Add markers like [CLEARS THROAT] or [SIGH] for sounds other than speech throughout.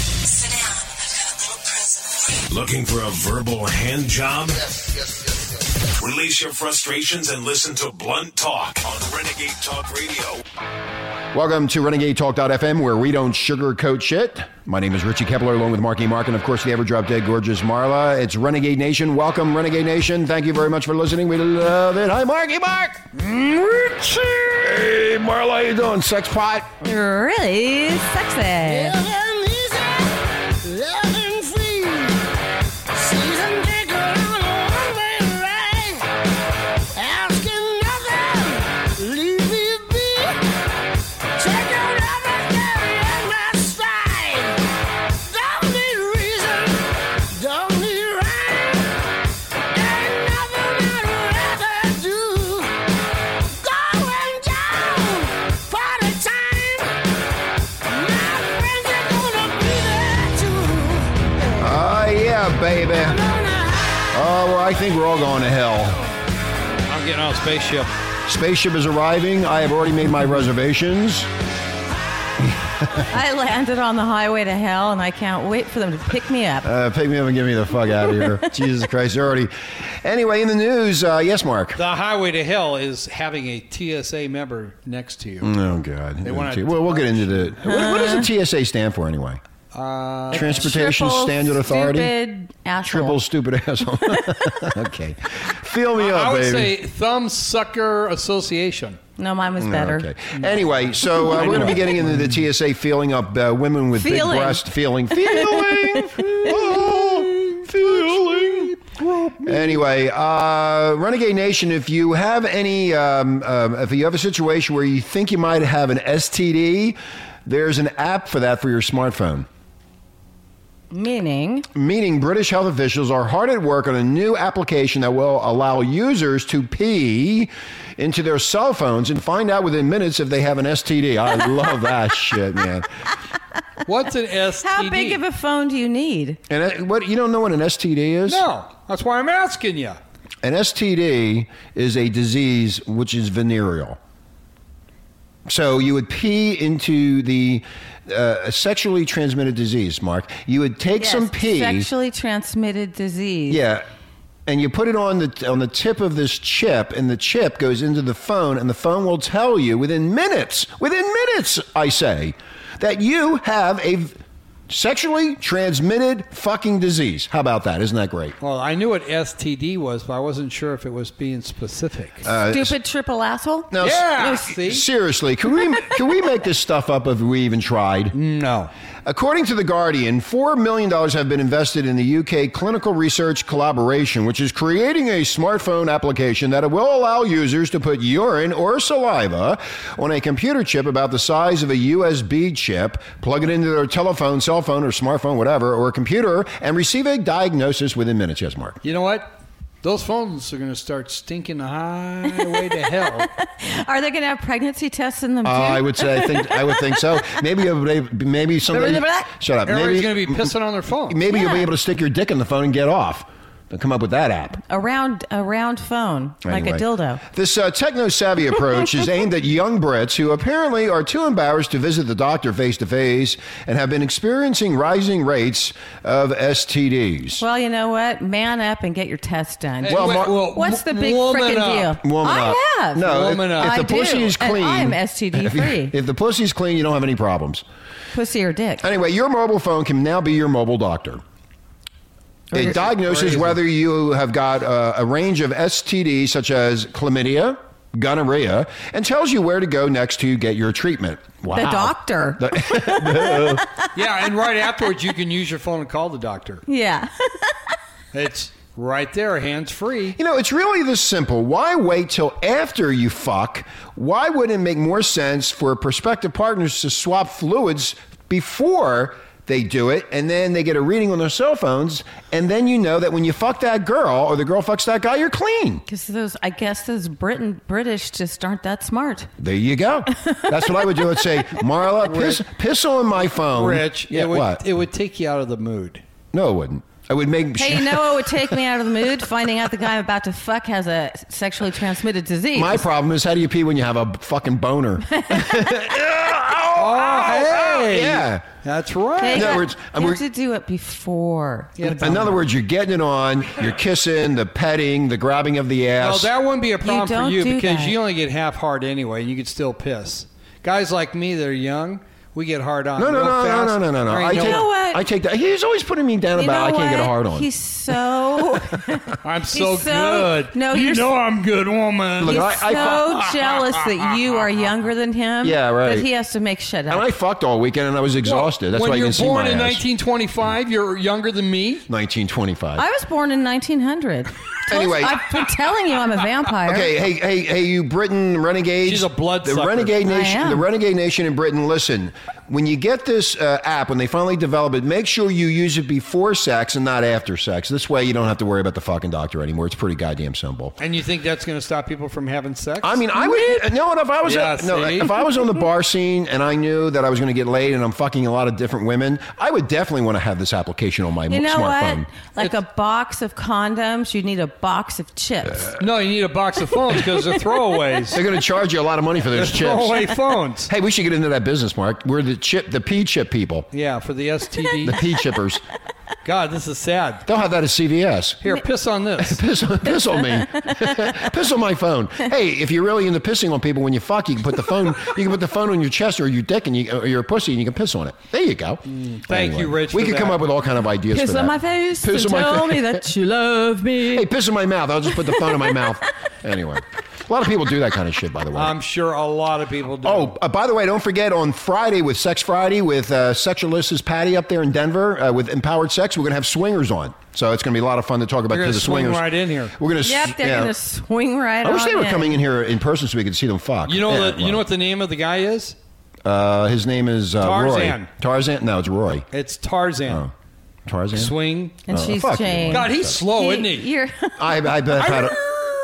Sit down. I've got a little present for you. Looking for a verbal hand job? Yes, yes, yes, yes. Release your frustrations and listen to Blunt Talk on Renegade Talk Radio. Welcome to RenegadeTalk.fm, where we don't sugarcoat shit. My name is Richie Kepler, along with Marky Mark, and of course the ever drop dead gorgeous Marla. It's Renegade Nation. Welcome, Renegade Nation. Thank you very much for listening. We love it. Hi, Marky Mark. Richie. Hey, Marla, how you doing? Sex pot. really sexy. Oh, yeah, baby. Oh, well, I think we're all going to hell. I'm getting on a spaceship. Spaceship is arriving. I have already made my reservations. I landed on the highway to hell, and I can't wait for them to pick me up. Uh, pick me up and get me the fuck out of here. Jesus Christ, they're already. Anyway, in the news, uh, yes, Mark. The highway to hell is having a TSA member next to you. Oh God! They wanna- well, we'll get into the. What, what does the TSA stand for anyway? Uh, Transportation Triple Standard Authority. Stupid asshole. Triple stupid [LAUGHS] asshole. okay, fill me up, I would baby. say Thumb Sucker Association. No, mine was Oh, better. Okay. Anyway, so uh, we're [LAUGHS] going to be getting into the TSA feeling up uh, women with Feeling. big breast feeling, [LAUGHS] feeling, oh, feeling. Anyway, uh, Renegade Nation, if you have any, um, um, if you have a situation where you think you might have an STD, there's an app for that for your smartphone. Meaning, Meaning, British health officials are hard at work on a new application that will allow users to pee into their cell phones and find out within minutes if they have an STD. I love [LAUGHS] that shit, man. What's an STD? how big of a phone do you need? And uh, what you don't know what an STD is? No, that's why I'm asking you. An STD is a disease which is venereal. So you would pee into the uh, sexually transmitted disease, Mark. You would take some Yes, pee. Sexually transmitted disease. Yeah. And you put it on the on the tip of this chip, and the chip goes into the phone, and the phone will tell you within minutes, within minutes, I say, that you have a v- sexually transmitted fucking disease. How about that? Isn't that great? Well, I knew what STD was, but I wasn't sure if it was being specific. Uh, Stupid triple asshole. Now, s- yeah, no, see? seriously, can we can we make this stuff up if we even tried? No. According to The Guardian, $4 million have been invested in the UK clinical research collaboration, which is creating a smartphone application that will allow users to put urine or saliva on a computer chip about the size of a USB chip, plug it into their telephone, cell phone, or smartphone, whatever, or computer, and receive a diagnosis within minutes. Yes, Mark. You know what? Those phones are going to start stinking the highway [LAUGHS] to hell. Are they going to have pregnancy tests in them too? Uh, I would say I think I would think so. Maybe maybe somebody shut up. Everybody's Maybe going to be pissing on their phone. maybe you'll be Yeah. able to stick your dick in the phone and get off. They'll come up with that app. a round, a round phone, like a Anyway. dildo. This uh, techno savvy approach is aimed at young Brits who apparently are too embarrassed to visit the doctor face to face and have been experiencing rising rates of STDs. Well, you know what? Man up and get your test done. Hey, Well, wait, Mar- well, What's the big woman frickin' up. deal? Woman I up. have. No, Woman if, up. if I the pussy do, is and clean, I'm STD [LAUGHS] if you- free. If the pussy's clean, you don't have any problems. Pussy or dick. Anyway, your mobile phone can now be your mobile doctor. It diagnoses crazy. whether you have got uh, a range of STDs such as chlamydia, gonorrhea, and tells you where to go next to get your treatment. Wow. The Uh, doctor. [LAUGHS] Yeah, and right afterwards, you can use your phone and call [LAUGHS] the doctor. yeah. It's right there, hands free. You know, it's really this simple. Why wait till after you fuck? Why wouldn't it make more sense for prospective partners to swap fluids before they do it and then they get a reading on their cell phones and then you know that when you fuck that girl or the girl fucks that guy, you're clean. Because those, I guess those Britain British just aren't that smart. There you go. That's what I would do. I'd [LAUGHS] say, Marla, piss, piss on my phone. Rich, Yeah, it, would, what? it would take you out of the mood. no, it wouldn't. I would make [LAUGHS] Hey, you know what would take me out of the mood? Finding out the guy I'm about to fuck has a sexually transmitted [LAUGHS] disease. Oh, My problem is how do you pee when you have a fucking boner? Oh, hey. Yeah. That's right. Okay, In other yeah. words, you we're- have to do it before. Yeah, it's In all other right. words, you're getting it on, you're kissing, the petting, the grabbing of the Well, ass. that wouldn't be a problem for don't you do because that. you only get half hard anyway, and you could still piss. Guys like me, they're young. We get hard on. no, no, real no, no, fast. no, no, no, no. There I ain't take, no- know what? I take that. He's always putting me down You about I know can't get a what? hard on. He's so [LAUGHS] I'm so, so- good. no, you you're know I'm good woman. Look, he's I- I so jealous that you are younger than him. Yeah, right. That he has to make shit and up. I fucked all weekend and I was exhausted. That's when why you you're can see born my in ass. 1925, you're younger than me. 1925. I was born in 1900. Told- Anyway. I've been telling you I'm a vampire. Okay, hey, hey, hey, you Britain renegades. She's a blood The sucker. renegade I nation. am. The renegade nation in Britain. Listen, when you get this uh, app, when they finally develop it, make sure you use it before sex and not after sex. This way, you don't have to worry about the fucking doctor anymore. It's pretty goddamn simple. And you think that's going to stop people from having sex? I mean, I would no. And if I was Yeah, no, see? if I was on the bar scene and I knew that I was going to get laid and I'm fucking a lot of different women, I would definitely want to have this application on my You know smartphone. what? Like a box of condoms, you need a box of chips. no, you need a box of phones because they're [LAUGHS] throwaways. They're going to charge you a lot of money for they're [LAUGHS] those chips. [LAUGHS] throwaway phones. Hey, we should get into that business, Mark. We're the chip, the pea chip people, Yeah, for the [LAUGHS] the STD. pea chippers. God, this is sad. They'll have that at CVS. Here, piss on [LAUGHS] this. Piss, piss on me. [LAUGHS] piss on my phone. Hey, if you're really into pissing on people when you fuck, you can put the phone. You can put the phone on your chest or your dick and you, or your pussy, and you can piss on it. There you go. Mm. thank you, Rich, We for could come that. up with all kind of ideas. Kiss for on that. my face Piss and on my tell fa- me that you love me. Hey, piss in my mouth. I'll just put the phone in my mouth. [LAUGHS] Anyway, a lot of people do that kind of shit, by the way. I'm sure a lot of people do. Oh, uh, by the way, don't forget on Friday with Sex Friday with uh, Sexualist's Patty up there in Denver uh, with Empowered Sex. We're going to have swingers on, so it's going to be a lot of fun to talk about They're gonna to the swing swingers. right in here. We're going to. Yep, they're gonna swing right. I wish on they were in. coming in here in person so we could see them fuck. you know Yeah, the, you know what the name of the guy is? well, uh, his name is uh, Roy. Tarzan. Tarzan. No, it's Roy. It's Tarzan. Oh. Tarzan. Swing. And Oh, she's fuck you. changed. God, he's slow, He- isn't he? [LAUGHS] You're, I, I've, I've had a,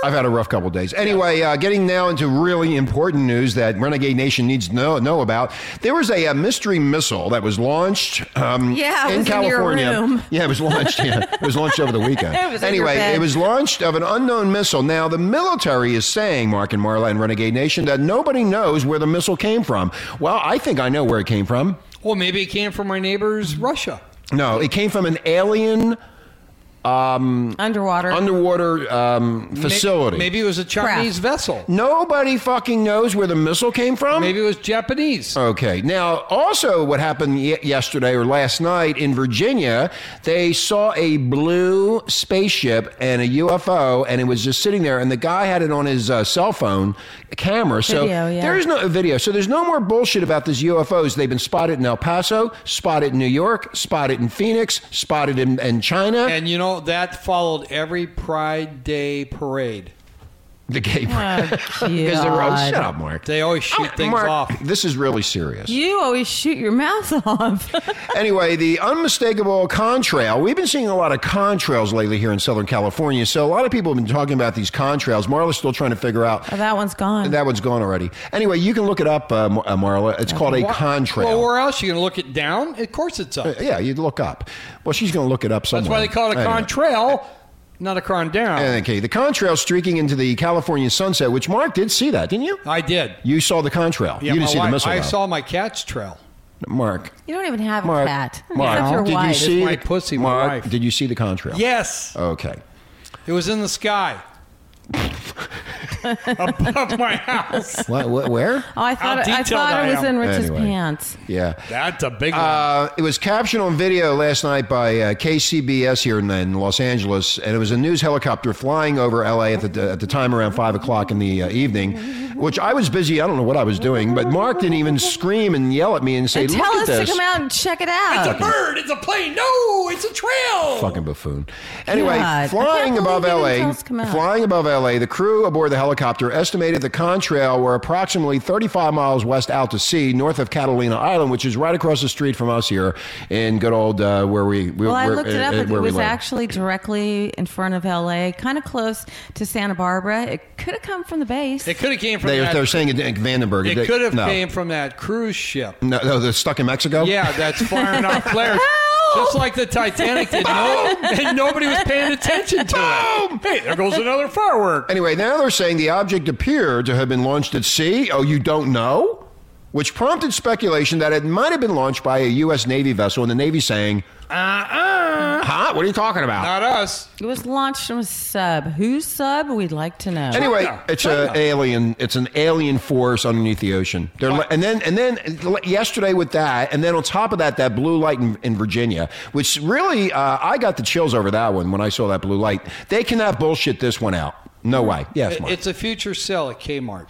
I've had a rough couple of days. Anyway, uh, getting now into really important news that Renegade Nation needs to know, know about. There was a, uh mystery missile that was launched um, Yeah, it in was in your California. room. [LAUGHS] Yeah, it was launched. Yeah, it was launched over the weekend. [LAUGHS] It was in your anyway, bed. it was launched of an unknown missile. Now, the military is saying, Mark and Marla and Renegade Nation, that nobody knows where the missile came from. Well, I think I know where it came from. Well, maybe it came from my neighbor's Russia. No, it came from an alien underwater. underwater um, May- facility. Maybe it was a Chinese vessel. Mm. Nobody fucking knows where the missile came from. Maybe it was Japanese. Okay. Now, also, what happened ye- yesterday or last night in Virginia, they saw a blue spaceship and a UFO, and it was just sitting there, and the guy had it on his uh, cell phone camera. So Video, yeah. there's no video. So there's no more bullshit about these UFOs. They've been spotted in El Paso, spotted in New York, spotted in Phoenix, spotted in, in China. And you know, that followed every Pride Day parade. the gay [LAUGHS] Oh, Because they're all, shut God. up, Mark. They always shoot things Ah, Mark, off. this is really serious. You always shoot your mouth [LAUGHS] off. Anyway, the unmistakable contrail. We've been seeing a lot of contrails lately here in Southern California. So a lot of people have been talking about these contrails. Marla's still trying to figure out. Oh, that one's gone. That one's gone already. Anyway, you can look it up, uh, Mar- uh, Marla. It's called a Why- contrail. Uh, Well, where else? You going to look it down? Of course it's up. yeah, you'd look up. Well, she's going to look it up somewhere. That's why they call it a Anyway. contrail, not a cron down. Okay, the contrail streaking into the California sunset, which Mark did see that, didn't you? I did. You saw the contrail. Uh, Yeah, you my didn't see wife- the missile. I though. saw my cat's trail. Mark. you don't even have Mark. a cat. Mark. Except your did you wife. see It's my the- pussy, my Mark, wife. did you see the contrail? Yes, Okay. it was in the sky above my house. What, what, where? Oh, I How thought it, I detailed thought I it was am. in Rich's Anyway. pants. Yeah. That's a big Uh, it was captured on video last night by uh, KCBS here in, in Los Angeles, and it was a news helicopter flying over LA at the, at the time around 5 o'clock in the uh, evening, which I was busy. I don't know what I was doing, but Mark didn't even scream and yell at me and say, And Look tell at us this. to come out and check it one. out. It's a bird. It's a plane. No, it's a trail. Fucking buffoon. Anyway, God, I can't flying believe above you didn't tell LA, us to come out. flying above LA, the crew aboard the helicopter estimated the contrail were approximately 35 miles west out to sea, north of Catalina Island, which is right across the street from us here in good old uh, where we. we well, I where- looked it uh, up. uh, It where we was live. actually directly in front of LA, kind of close to Santa Barbara. It could have come from the base. It could have came from They, that. they're saying it in Vandenberg. it could have no. came from that cruise ship. No, no, they're stuck in Mexico. Yeah, that's firing off flares. Just like the Titanic did, no, and nobody was paying attention to it. Hey, there goes another firework. Anyway, now they're saying the object appeared to have been launched at sea. Oh, you don't know? which prompted speculation that it might have been launched by a U.S. Navy vessel, and the Navy saying, Uh-uh. Uh, "Huh? What are you talking about?" Not us. It was launched from a sub. Whose sub? We'd like to know. Anyway, China. it's China. a alien. It's an alien force underneath the ocean. They're, li- and then and then yesterday with that, and then on top of that, that blue light in, in Virginia, which really uh, I got the chills over that one when I saw that blue light. They cannot bullshit this one out. No way. Yes, Mark. It's a future sale at Kmart.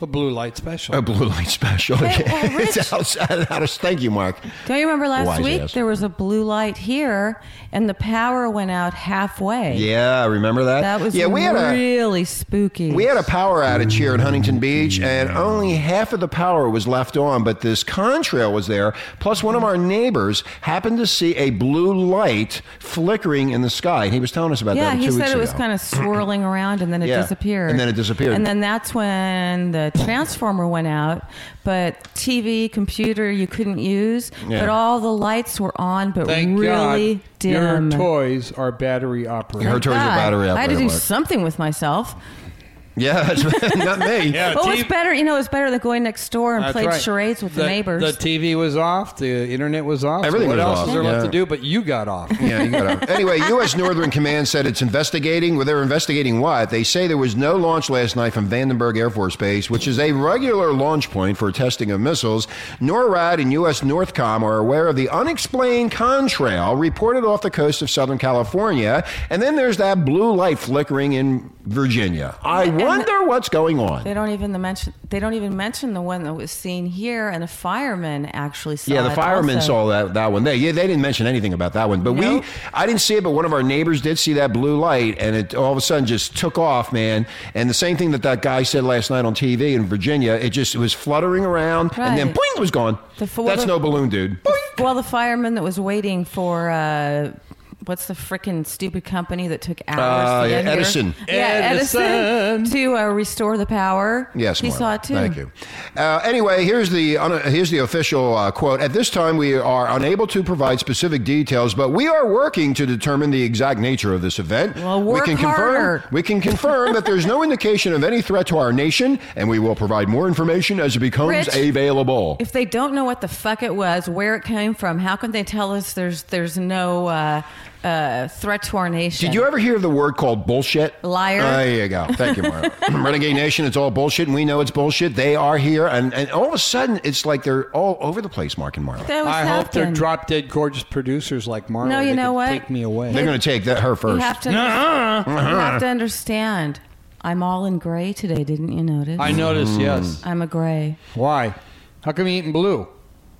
A blue light special. a blue light special. Okay. well, [LAUGHS] Rich- it's outside out of, thank you, Mark. Don't you remember last Wise week ass. there was a blue light here and the power went out halfway? Yeah, remember that? That was yeah. We had a really spooky. We had a power outage here in Huntington Beach, and only half of the power was left on, but this contrail was there. Plus, one of our neighbors happened to see a blue light flickering in the sky, and he was telling us about that yeah, two he weeks said ago. it [CLEARS THROAT] was kind of swirling around and then it Yeah, disappeared. and then it disappeared. And then that's when the transformer went out, but TV, computer, you couldn't use, Yeah. but all the lights were on, but Thank really God dim. your toys are battery operated. Her toys are God, battery I had to operated, do Mark. something with myself. yeah, [LAUGHS] that's- not me. Yeah, But T- what's better, you know, it's better than going next door and That's played right. charades with the, neighbors. The TV was off. The internet was off. so Everything what was else off, is there left yeah. to do? But you got off. [LAUGHS] Yeah, you got it. Anyway, U.S. Northern Command said it's investigating. Well, they're investigating what? They say there was no launch last night from Vandenberg Air Force Base, which is a regular launch point for testing of missiles. NORAD and U.S. Northcom are aware of the unexplained contrail reported off the coast of Southern California. And then there's that blue light flickering in Virginia. I And- wonder what's going on. They don't even mention. They don't even mention the one that was seen here, and a fireman actually saw. Yeah, the it firemen also. saw that, that one. They yeah, they didn't mention anything about that one. But No? we, I didn't see it, but one of our neighbors did see that blue light, and it all of a sudden just took off, man. And the same thing that that guy said last night on TV in Virginia, it just it was fluttering around, and then Right. boing, it was gone. The full- That's no balloon, dude. Boing. Well, the fireman that was waiting for. Uh, What's the frickin' stupid company that took hours? Uh, to yeah, get here? Edison. Yeah, Edison, Edison. to uh, restore the power. Yes, he Marla. saw it too. Thank you. Uh, anyway, here's the un- here's the official uh, quote. At this time, we are unable to provide specific details, but we are working to determine the exact nature of this event. Well, we work can harder. confirm we can confirm that there's no indication of any threat to our nation, and we will provide more information as it becomes Rich, available. If they don't know what the fuck it was, where it came from, how can they tell us there's there's no uh, uh, threat to our nation? Did you ever hear the word called bullshit? Uh, Liar. There you go. Thank you, Marla. [LAUGHS] Renegade Nation, it's all bullshit, and we know it's bullshit. They are here, and, and all of a sudden, it's like they're all over the place, Mark and Marla. That was I hope they're happening. drop dead gorgeous producers like Marla. No, you They know could what? Take me away. They're going to take that, her first. Uh-huh. You have to. You have to understand. I'm all in gray today. Didn't you notice? I noticed. Yes. I'm a gray Why? How come you eating blue?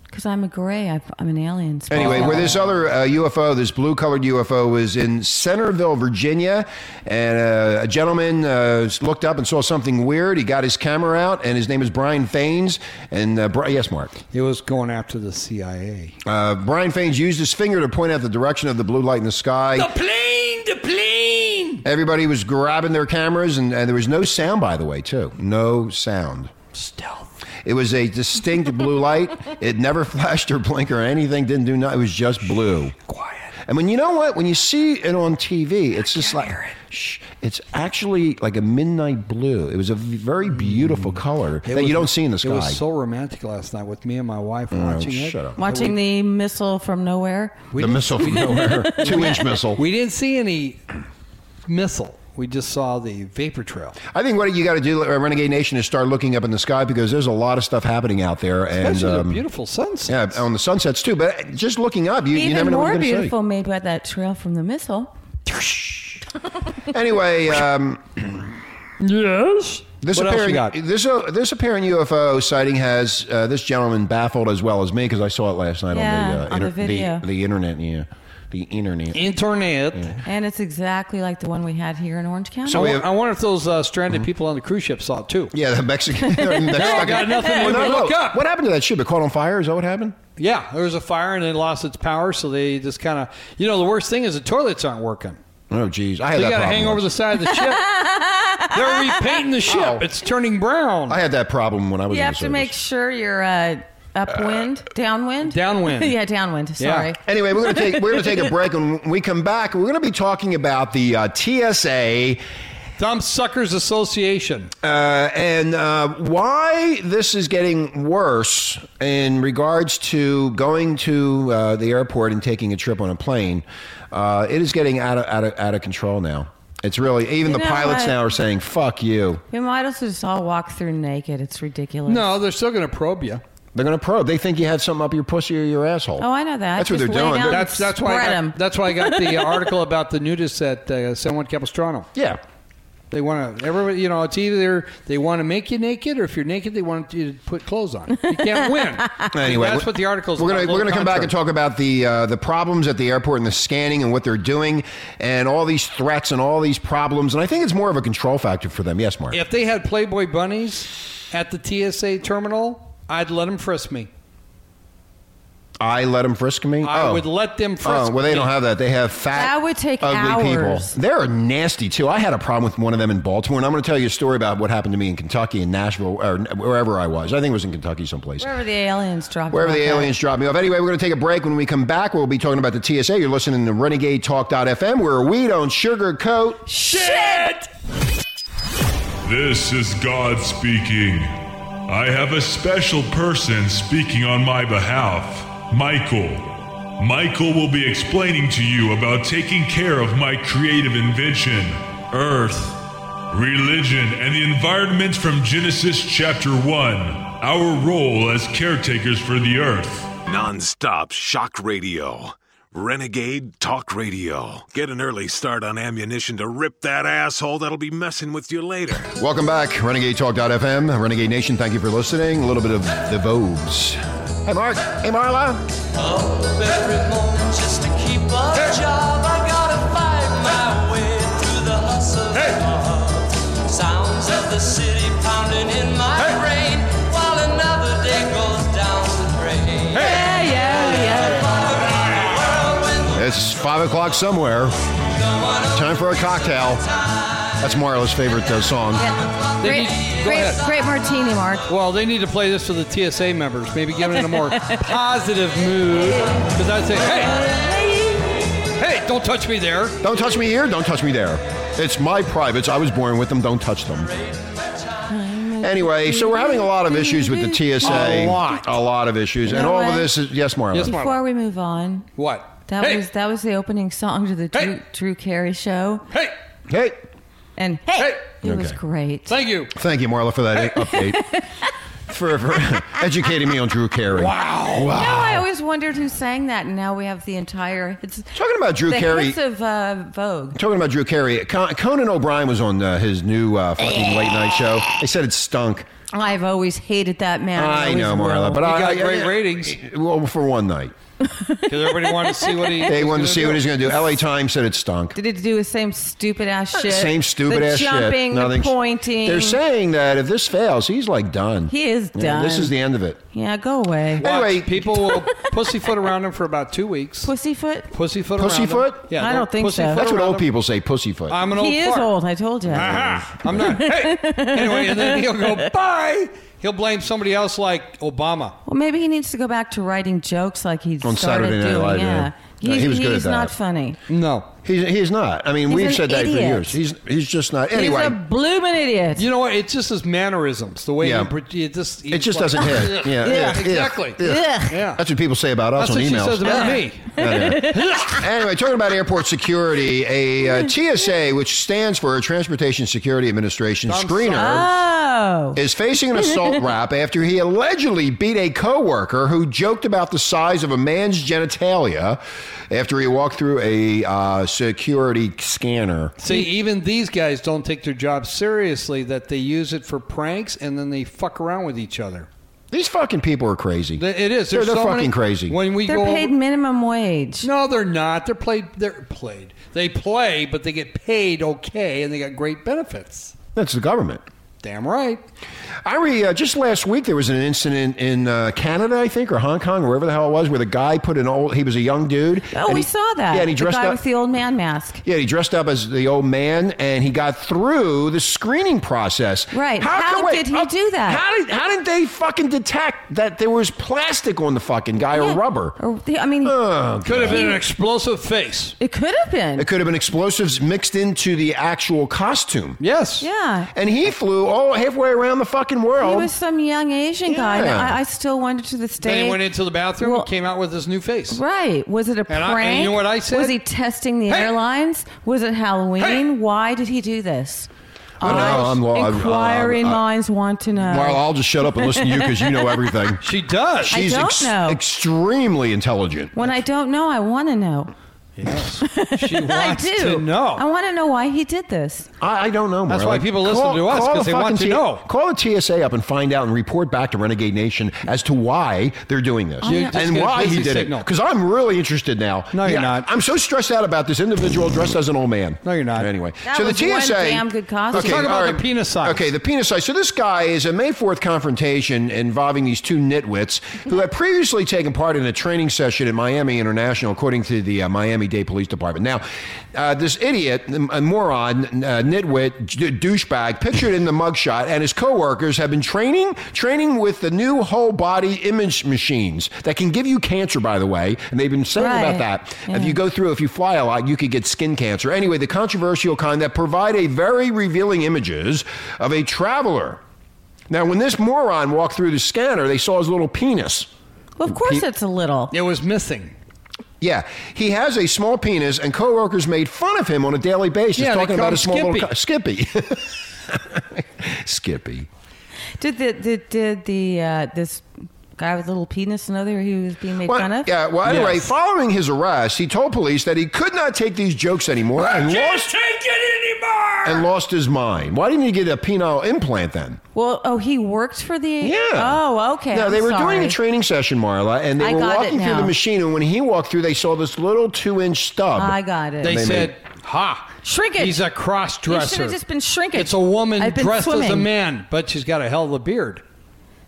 because I'm a gray. I, I'm an alien. It's Anyway, possible. where this other uh, UFO, this blue colored UFO, was in Centerville, Virginia, and uh, a gentleman uh, looked up and saw something weird. He got his camera out, and his name is Brian Faines. And uh, Bri- yes, Mark. It was going after the CIA. Uh, Brian Faines used his finger to point out the direction of the blue light in the sky. plane, the plane. Everybody was grabbing their cameras, and, and there was no sound, by the way, too. No sound. Stealth. It was a [LAUGHS] distinct blue light. It never flashed or blinked or anything. Didn't do nothing. It was just blue. Quiet. And when you know what, when you see it on TV, it's just like, shh, it's actually like a midnight blue. It was a v- very beautiful color Mm. It that was- you don't see in the sky. It was so romantic last night with me and my wife watching it. shut up. watching the missile from nowhere. the missile [LAUGHS] from nowhere, two inch missile. We didn't see any missile. We just saw the vapor trail. I think what you got to do, uh, Renegade Nation, is start looking up in the sky because there's a lot of stuff happening out there, and Especially the um, beautiful sunset. yeah, on the sunsets too. But just looking up, you, you Even never know what more you're going to see. beautiful made by that trail from the missile. [LAUGHS] Anyway, um, Yes. This what else you apparent got? this uh, this apparent UFO sighting has uh, this gentleman baffled as well as me because I saw it last night on the Yeah, uh, on the video. the, the internet yeah the internet. Internet. And it's exactly like the one we had here in Orange County. I, So- we wa- have- I wonder if those uh, stranded people on the cruise ship saw it too. Oh, Mm-hmm. yeah, the [LAUGHS] [LAUGHS] Mexican. they're in Mexico. I got nothing Well, to no, look no. up. What happened to that ship? It caught on fire. Is that what happened? Yeah, there was a fire and it lost its power, so they just kind of. You know, the worst thing is the toilets aren't working. Oh, geez, I had So you that got to problem. hang over the once. side of the ship. They're repainting the ship. Ow. It's turning brown. I had that problem when I was. you in have the to make service. sure you're uh, upwind, downwind, [LAUGHS] Downwind. yeah, downwind. Yeah. Sorry. Anyway, we're gonna [LAUGHS] take we're gonna take a break, and when we come back, we're gonna be talking about the uh, TSA. Dumb Suckers Association. Uh, and uh, why this is getting worse in regards to going to uh, the airport and taking a trip on a plane, uh, it is getting out of, out of out of control now. It's really even You the know pilots what? now are saying "fuck you." We might also just all walk through naked. It's ridiculous. No, they're still going to probe you. They're going to probe. They think you had something up your pussy or your asshole. Oh, I know that. That's what Just they're lay doing. down. That's that's why I Spread got, 'em. that's why I got the article about the nudists at uh, San Juan Capistrano. yeah. They want to everybody. You know, it's either they want to make you naked, or if you're naked, they want you to put clothes on. You can't win. Anyway, that's we- what the article's. We're about, gonna we're low gonna come back and contrast. talk about the uh, the problems at the airport and the scanning and what they're doing and all these threats and all these problems. And I think it's more of a control factor for them. Yes, Mark. If they had Playboy bunnies at the TSA terminal, I'd let them frisk me. I let them frisk me. I Oh. would let them Oh, frisk. well, they me. don't have that. They have fat, That would take ugly hours. people. They're nasty too. I had a problem with one of them in Baltimore, and I'm going to tell you a story about what happened to me in Kentucky, in Nashville, or wherever I was. I think it was in Kentucky, someplace. Wherever the aliens drop. Wherever them the off at. aliens drop me off. Anyway, we're going to take a break. When we come back, we'll be talking about the TSA. You're listening to Renegade Talk.fm, where we don't sugarcoat. Shit! This is God speaking. I have a special person speaking on my behalf, Michael. Michael will be explaining to you about taking care of my creative invention, Earth, religion, and the environment from Genesis chapter 1, our role as caretakers for the Earth. Non-stop shock radio. Renegade Talk Radio. Get an early start on ammunition to rip that asshole that'll be messing with you later. Welcome back, Renegade Talk.fm, Renegade Nation. Thank you for listening. A little bit of the Vobes. Hey, Mark. Hey, Marla. every morning just to keep a job. I gotta fight my way through the hustle and hard. Sounds of the city pounding in my brain while another day goes down the drain. Yeah, yeah, yeah. It's five o'clock somewhere. Time for a cocktail. That's Marla's favorite uh, song. They Great, need- go great, ahead. great martini, Mark. Well, they need to play this for the TSA members. Maybe give it in a more positive mood. Because I'd say, hey, hey, don't touch me there. Don't touch me here. Don't touch me there. It's my privates. I was born with them. Don't touch them. Anyway, so we're having a lot of issues with the TSA. A lot. A lot of issues. You and know all of what? this is. Yes, Marla. Yes, Marla. Before we move on, What? that hey, was that was the opening song to the Hey. Drew, Drew Carey show, hey, Hey. and hey, Hey. it was Okay. great. thank you. Thank you, Marla, for that [LAUGHS] update. For, for [LAUGHS] educating me on Drew Carey. Wow. No, I always wondered who sang that, and now we have the entire. It's Talking about Drew the Carey. hits of uh, Vogue. Talking about Drew Carey, Con- Conan O'Brien was on uh, his new uh, fucking late night show. They said it stunk. I've always hated that man. I always know, Marla, will. but He I got I- great I- ratings. Well, for one night, Because everybody wanted to see what [LAUGHS] he. they was wanted to gonna see do. what he's going to do. L.A. Times said it stunk. Did it do the same stupid ass shit? Same stupid the ass shit. jumping, Nothing. the pointing. They're saying that if this fails, he's like done. He is You know, This done. is the end of it. yeah, go away, Watch, Anyway. people will pussyfoot around him for about two weeks. pussyfoot. Pussyfoot. Pussyfoot? Around him. Yeah, I don't think so. pussyfoot That's what around old him. Um, people say, pussyfoot. I'm an old. He is fart. old. I told you. Uh-huh. I'm not. [LAUGHS] Hey. Anyway, and then he'll go bye. He'll blame somebody else like Obama. Well, maybe he needs to go back to writing jokes like he On started Saturday Night doing. Live, yeah. yeah, No, he was good at he's that. not funny. No. he's, he's not. I mean, He's we've an said that for idiot. years. He's he's just not. Anyway, he's a blooming idiot. You know what? It's just his mannerisms, the way Yeah. he, pre- it just it just doesn't [LAUGHS] hit. Yeah, yeah, yeah, exactly. yeah. Ugh. Yeah. That's what people say about us on That's what she emails. says about me. [LAUGHS] Anyway, talking about airport security, [LAUGHS] a uh, TSA, which stands for Transportation Security Administration Dumb screener, Oh, is facing an assault [LAUGHS] rap after he allegedly beat a coworker who joked about the size of a man's genitalia after he walked through a uh, security scanner. See, even these guys don't take their job seriously. That they use it for pranks and then they fuck around with each other. These fucking people are crazy. Th- It is. They're, There's they're so fucking many- crazy. When we they're go, paid minimum wage. no, they're not. They're played. They're played. They play, but they get paid okay, and they got great benefits. That's the government. Damn right. I re, uh, just last week there was an incident in uh, Canada, I think, or Hong Kong, or wherever the hell it was, where the guy put an old. He was a young dude. Oh, and we he- saw that. Yeah, and he the dressed guy up with the old man mask. Yeah, he dressed up as the old man, and he got through the screening process. Right. How come- did he do that? How did How did they fucking detect that there was plastic on the fucking guy Yeah. or rubber? Or the- I mean, Could have been an explosive face. it could have been. It could have been explosives mixed into the actual costume. Yes. yeah. And he flew all halfway around the fucking world. He was some young Asian guy. and Yeah. I, I still wonder to this day. Then he went into the bathroom Well- and came out with his new face. Right. Was it a And I- prank? and you know what I said? Was he testing the Hey! airlines? Was it Halloween? Hey! Why did he do this? Um, I don't know. I'm lo- I'm- Inquiring I'm- I'm- minds want to know. Marla, I'll just shut up and listen to you because you know [LAUGHS] everything. She does. I She's don't ex- know. extremely intelligent. when I don't know, I want to know. [LAUGHS] yes. [LAUGHS] She I wants do. to know. I want to know why he did this. I, I don't know. That's Marla. why people listen to us, 'cause the they want fucking to know. Call the TSA up and find out and report back to Renegade Nation as to why they're doing this You're just and gonna why he busy did signal. it. Because I'm really interested now. No, you're not. I'm so stressed out about this individual dressed as an old man. No, you're not. Anyway, That so was the one TSA. damn good costume. Let's talk about all the penis size. Okay, the penis size. So this guy is a May 4th confrontation involving these two nitwits who had previously taken part in a training session at Miami International, according to the uh, Miami-Dade Police Department. Now, uh, this idiot, a moron, uh, nitwit, d- douchebag, pictured in the mugshot, and his coworkers have been training, training with the new whole-body image machines that can give you cancer, by the way. And they've been saying about Right. that. If Mm-hmm. you go through, if you fly a lot, you could get skin cancer. Anyway, the controversial kind that provide a very revealing images of a traveler. Now, when this moron walked through the scanner, they saw his little penis. Well, of course, it's a little. It was missing. Yeah, he has a small penis, and coworkers made fun of him on a daily basis, Yeah, they talking call about him a small little Skippy. co- Skippy. [LAUGHS] Skippy. Did the did, did the uh, this guy with a little penis know that he was being made Well, fun of? Yeah, well, anyway, Yes. following his arrest, he told police that he could not take these jokes anymore and lost, take it anymore! and lost his mind. Why didn't he get a penile implant then? Well, oh, he worked for the. Yeah. Oh, okay. No, I'm they were sorry. doing a training session, Marla, and they I were got it walking through now. the machine. And when he walked through, they saw this little two-inch stub. I got it. They They said, "Ha, Shrinkage. He's a cross You should dresser. have just been shrinkage. It's a woman I've been dressed as a swimming. man, but she's got a hell of a beard."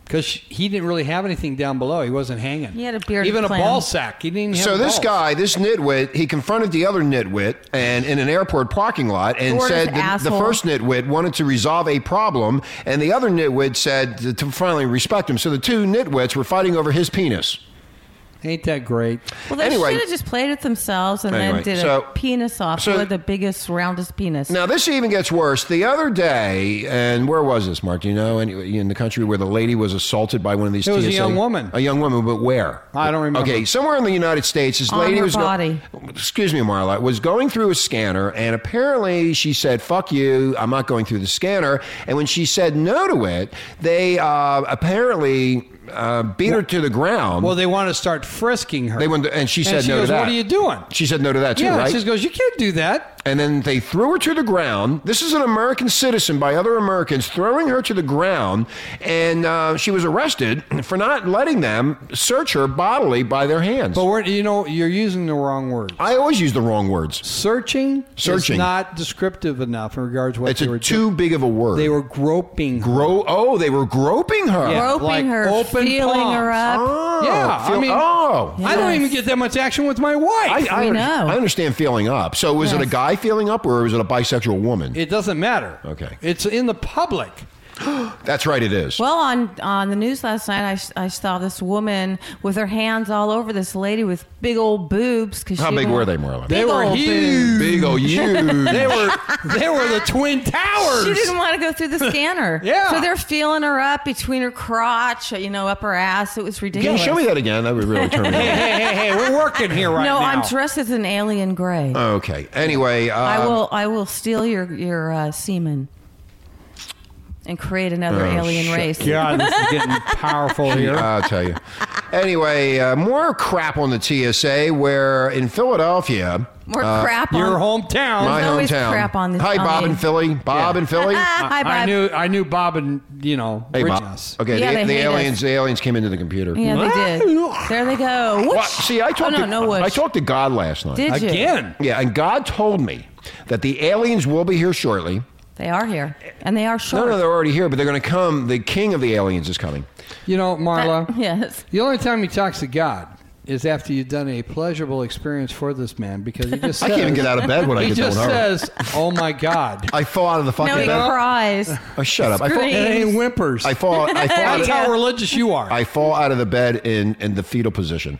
Because he didn't really have anything down below. He wasn't hanging. He had a bearded Even clam. a ball sack. He didn't have So this balls. guy, this nitwit, he confronted the other nitwit and in an airport parking lot and Florida's said that the asshole. first nitwit wanted to resolve a problem and the other nitwit said to- to finally respect him. So the two nitwits were fighting over his penis. Ain't that great? Well, they Anyway. should have just played it themselves and Anyway, then did so- a penis off. so- Who had the biggest, roundest penis? Now this even gets worse. The other day, and where was this, Mark? Do you know? Anyway, in the country where the lady was assaulted by one of these. It was a TSA young woman. A young woman, but where? I don't remember. Okay, somewhere in the United States, this On lady her was. go- body. excuse me, Marla. Was going through a scanner, and apparently she said, "Fuck you! I'm not going through the scanner." And when she said no to it, they uh, apparently uh, beat her to the ground. Well, they want to start frisking her. They went to- and she said she no goes, to that. What are you doing? She said no to that too, yeah, right? she goes, you can't do that. And then they threw her to the ground. This is an American citizen by other Americans throwing her to the ground. And uh, she was arrested for not letting them search her bodily by their hands. But we're, you know, you're using the wrong word. I always use the wrong words. Searching, Searching. is not descriptive enough in regards to what It's they a, were too doing. big of a word. They were groping. her. Gro- oh, they were groping her. Yeah. Groping like her, open feeling palms. her up. Oh, yeah, feel- I mean, oh. I don't Yes. even get that much action with my wife. I, I, We under- know. I understand feeling up. So was it a Yes. guy feeling up or was it a bisexual woman? it doesn't matter. Okay. it's in the public. That's right, it is. Well, on on the news last night, I, s- I saw this woman with her hands all over this lady with big old boobs. Cause How she big went- were they, Marla? They Big were old huge. Big ol' you. They were [LAUGHS] they were the twin towers. She didn't want to go through [LAUGHS] the scanner. Yeah. So they're feeling her up between her crotch, you know, up her ass. It was Can you ridiculous. show me that again? That would really turn me [LAUGHS] hey, on. hey, hey, hey, we're working here right no, now. I'm dressed as an alien gray. Okay. Anyway, uh, I will. I will steal your your uh, semen and create another alien Oh, shit. race. God, this is getting powerful here. I'll tell you. Anyway, uh, more crap on the TSA. Where in Philadelphia, [LAUGHS] More crap. Your on, [LAUGHS] hometown. my There's always hometown. crap on the- Hi, on Bob the- in Philly. Bob Yeah. in [LAUGHS] Philly. Ah, hi, Bob. I knew I knew Bob and you know Hey, Rich- Bob. us. Okay, Yeah, the, they the hate aliens. us. The aliens came into the computer. Yeah, they did. There they go. Whoosh. Well, see, I talked. Oh, no, to, no whoosh. I talked to God last night. Did you? again. yeah, and God told me that the aliens will be here shortly. They are here, and they are No, short. no, they're already here, but they're going to come. The king of the aliens is coming. You know, [LAUGHS] Marla. yes. The only time he talks to God is after you've done a pleasurable experience for this man [LAUGHS] because he just I says, can't even get out of bed when I he get just done. says, "Oh my [LAUGHS] God," I fall out of the No, fucking he bed. [LAUGHS] cries. Oh, shut up. I fall, and Screams. he whimpers. I fall, [LAUGHS] I fall, out, That's of, how religious you are. I fall out of the bed in, in the fetal [LAUGHS] position.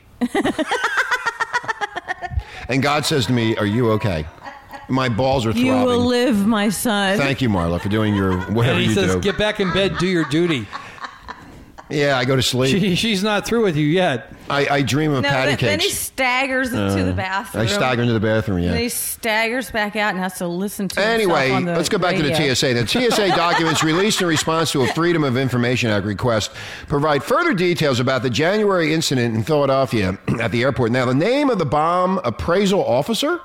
and God says to me, Are you okay? My balls are You throbbing. will live, my son. Thank you, Marla, for doing your whatever and he you says, do. "Get back in bed, do your duty." yeah, I go to sleep. She, she's not through with you yet. I, I dream of no, patty then, cakes. then he staggers into the bathroom. I stagger into the bathroom. Yeah. Then he staggers back out and has to listen to. himself Anyway, on the let's go back to radio. the TSA. The [LAUGHS] TSA documents released in response to a Freedom of Information Act request provide further details about the January incident in Philadelphia at the airport. Now, the name of the bomb appraisal officer,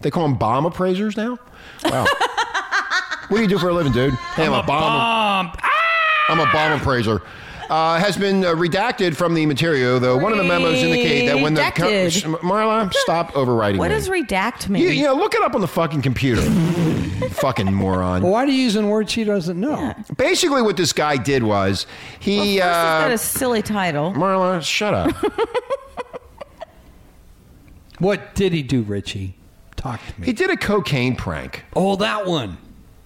they call them bomb appraisers now? Wow. what do you do for a living, dude? Hey, I'm, a, bomb. Ah! I'm a bomb appraiser. Uh, has been uh, redacted from the material, though one of the memos indicate that when the Redacted. Marla, stop overriding What me. does redact mean? You, you know, look it up on the fucking computer. [LAUGHS] fucking moron. Why do you use a word she doesn't know? Basically, what this guy did was he. Well, first, uh, it's got a silly title. Marla, shut up. [LAUGHS] What did he do, Richie? Talk to me. he did a cocaine prank. oh, that one.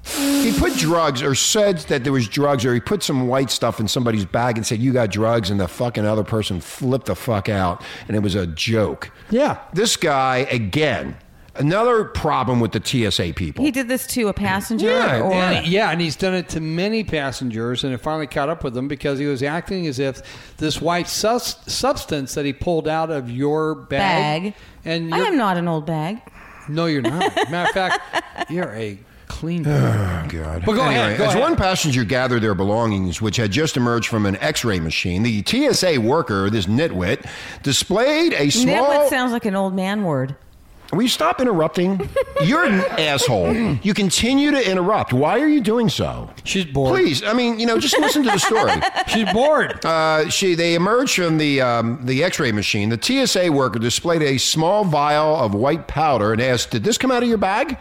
He put drugs, or said that there was drugs, or he put some white stuff in somebody's bag and said, "You got drugs," and the fucking other person flipped the fuck out, and it was a joke. Yeah. This guy again. Another problem with the TSA people. He did this to a passenger. Yeah, or, Yeah, yeah, and he's done it to many passengers, and it finally caught up with him because he was acting as if this white sus- substance that he pulled out of your bag. Bag. And I you're- am not an old bag. No, [LAUGHS] you're not. Matter of fact, you're a clean. [SIGHS] God. But go ahead, go as ahead. one passenger gathered their belongings, which had just emerged from an X-ray machine, the TSA worker, this nitwit, displayed a small. Nitwit sounds like an old man word. Will you stop interrupting? You're an asshole. You continue to interrupt. Why are you doing so? She's bored. Please, I mean, you know, just listen to the story. She's bored. Uh, she, they emerged from the um, the X-ray machine. The TSA worker displayed a small vial of white powder and asked, "Did this come out of your bag?"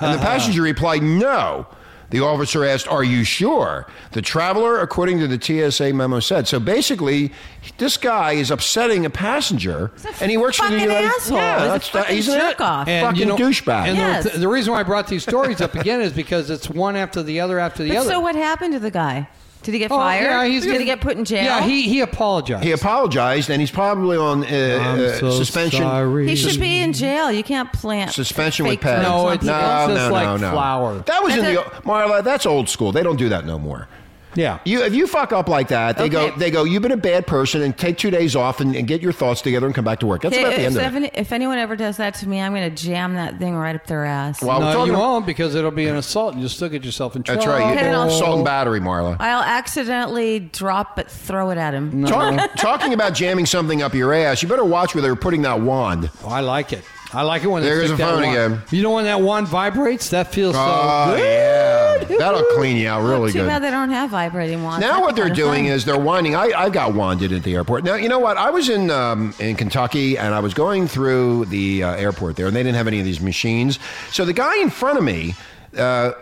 And the passenger replied, "No." The officer asked, "Are you sure?" The traveler, according to the TSA memo, said. So basically, this guy is upsetting a passenger, and he works for the fucking United. asshole. Yeah, He's a that's that- fucking he's an- jerk-off. And fucking you know- douchebag. And the- Yes. the, reason why I brought these stories up again is because it's one after the other after the But other. so what happened to the guy? Did he get Oh, fired? yeah, he's Did gonna he get put in jail? Yeah, he he apologized. He apologized, and he's probably on uh, I'm uh, so suspension. sorry. He should be in jail. You can't plant Suspension fake with pay. drugs No, on it's- people. no. just like flour. That was in That's the a- Marla. That's old school. They don't do that no more. Yeah. You, if you fuck up like that, they go. Okay. They go. You've been a bad person, and take two days off and, and get your thoughts together and come back to work. That's Okay, about the if, end of it. seven- if anyone ever does that to me, I'm going to jam that thing right up their ass. Well, we're no, talking- you won't because it'll be an assault and you'll still get yourself in trouble. That's right. You- Okay, then I'll- Salt and battery, Marla. I'll accidentally drop it, throw it at him. Talk, [LAUGHS] talking about jamming something up your ass, you better watch where they're putting that wand. Oh, I like it. I like it when There goes they stick the that phone wand. again. You know when that wand vibrates, that feels so Oh, good. yeah. That'll clean you out really Too good. bad they don't have vibrating wands. Now That'd what be they're kinda doing fun. is they're winding. I, I got wanded at the airport. Now you know what? I was in um, in Kentucky and I was going through the uh, airport there, and they didn't have any of these machines. So the guy in front of me, uh,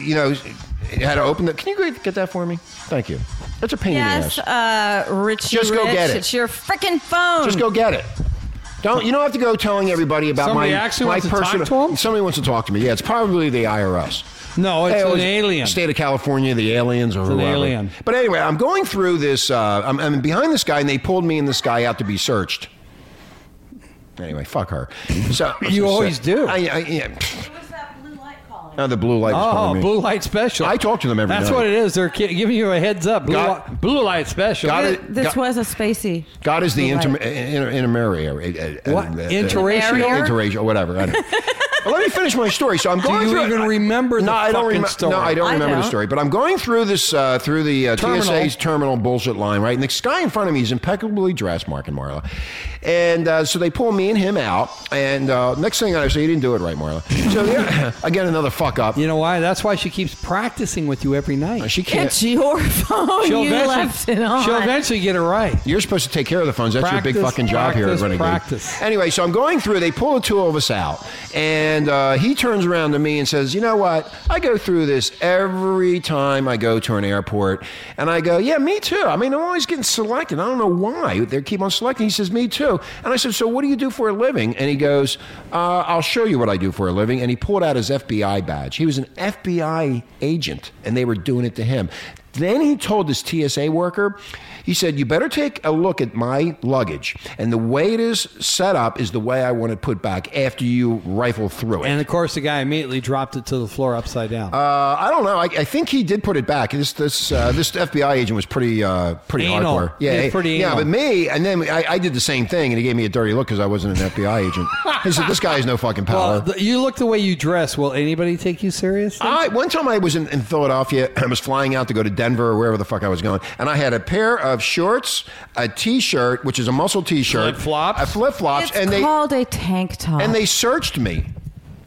you know, had to open the. Can you go get that for me? Thank you. That's a pain yes, in the ass. uh, Richie. Just go Rich, get it. It's your freaking phone. Just go get it. Don't you don't have to go telling everybody about Somebody my actually my wants to talk personal. to 'em? somebody wants to talk to me. Yeah, it's probably the IRS. No, Oh, it's Hey, it an was alien. State of California, the aliens or an whoever. alien. But anyway, I'm going through this. Uh, I'm, I'm behind this guy, and they pulled me and this guy out to be searched. Anyway, fuck her. So [LAUGHS] You always do. I, I, yeah. pfft, What's that blue light calling? now the blue light. was Oh, calling me. blue light special. I talk to them every That's night. what it is. They're ki- giving you a heads up. Blue, Got- li- blue light special. Got it. This Got- was a spacey. God is the Blue inter, light. inter, intermarrier. uh, uh, What? uh, uh, Interracial? Barrier? Interracial, whatever. I don't [LAUGHS] know. But let me finish my story. So I'm going you through. even I- remember the no, I don't fucking remember. story? No, I don't I remember the don't. story. But I'm going through this uh, through the uh, Terminal. TSA's terminal bullshit line, right? And this guy in front of me is impeccably dressed, Mark and Marla. And uh, so they pull me and him out. And uh, next thing I say, you didn't do it right, Marla. So yeah, [LAUGHS] again, another fuck up. You know why? That's why she keeps practicing with you every night. She can't. It's your phone. She'll you eventually- left it on. She'll eventually get it right. You're supposed to take care of the phones. That's your big Practice, fucking job here at practice, Renegade. practice. Anyway, so I'm going through. They pull the two of us out, and And uh, he turns around to me and says, You know what? I go through this every time I go to an airport. And I go, Yeah, me too. I mean, I'm always getting selected. I don't know why. They keep on selecting. He says, Me too. And I said, So what do you do for a living? And he goes, uh, I'll show you what I do for a living. And he pulled out his FBI badge. He was an FBI agent, and they were doing it to him. Then he told this TSA worker, he said, You better take a look at my luggage. And the way it is set up is the way I want it put back after you rifle through it. And of course, the guy immediately dropped it to the floor upside down. uh, I don't know. I, I think he did put it back. This this uh, this FBI agent was pretty uh, pretty Anal. hardcore. He was pretty yeah. anal. But me, and then I, I did the same thing, and he gave me a dirty look because I wasn't an FBI [LAUGHS] agent. he said, "This guy has no fucking power." well, th- you look the way you dress. Will anybody take you seriously? I one time I was in, in Philadelphia. [CLEARS THROAT] I was flying out to go to Denver or wherever the fuck I was going, and I had a pair of shorts, a T-shirt, which is a muscle T-shirt, Flip-flops? a flip flops, It's and they called a tank top. and they searched me,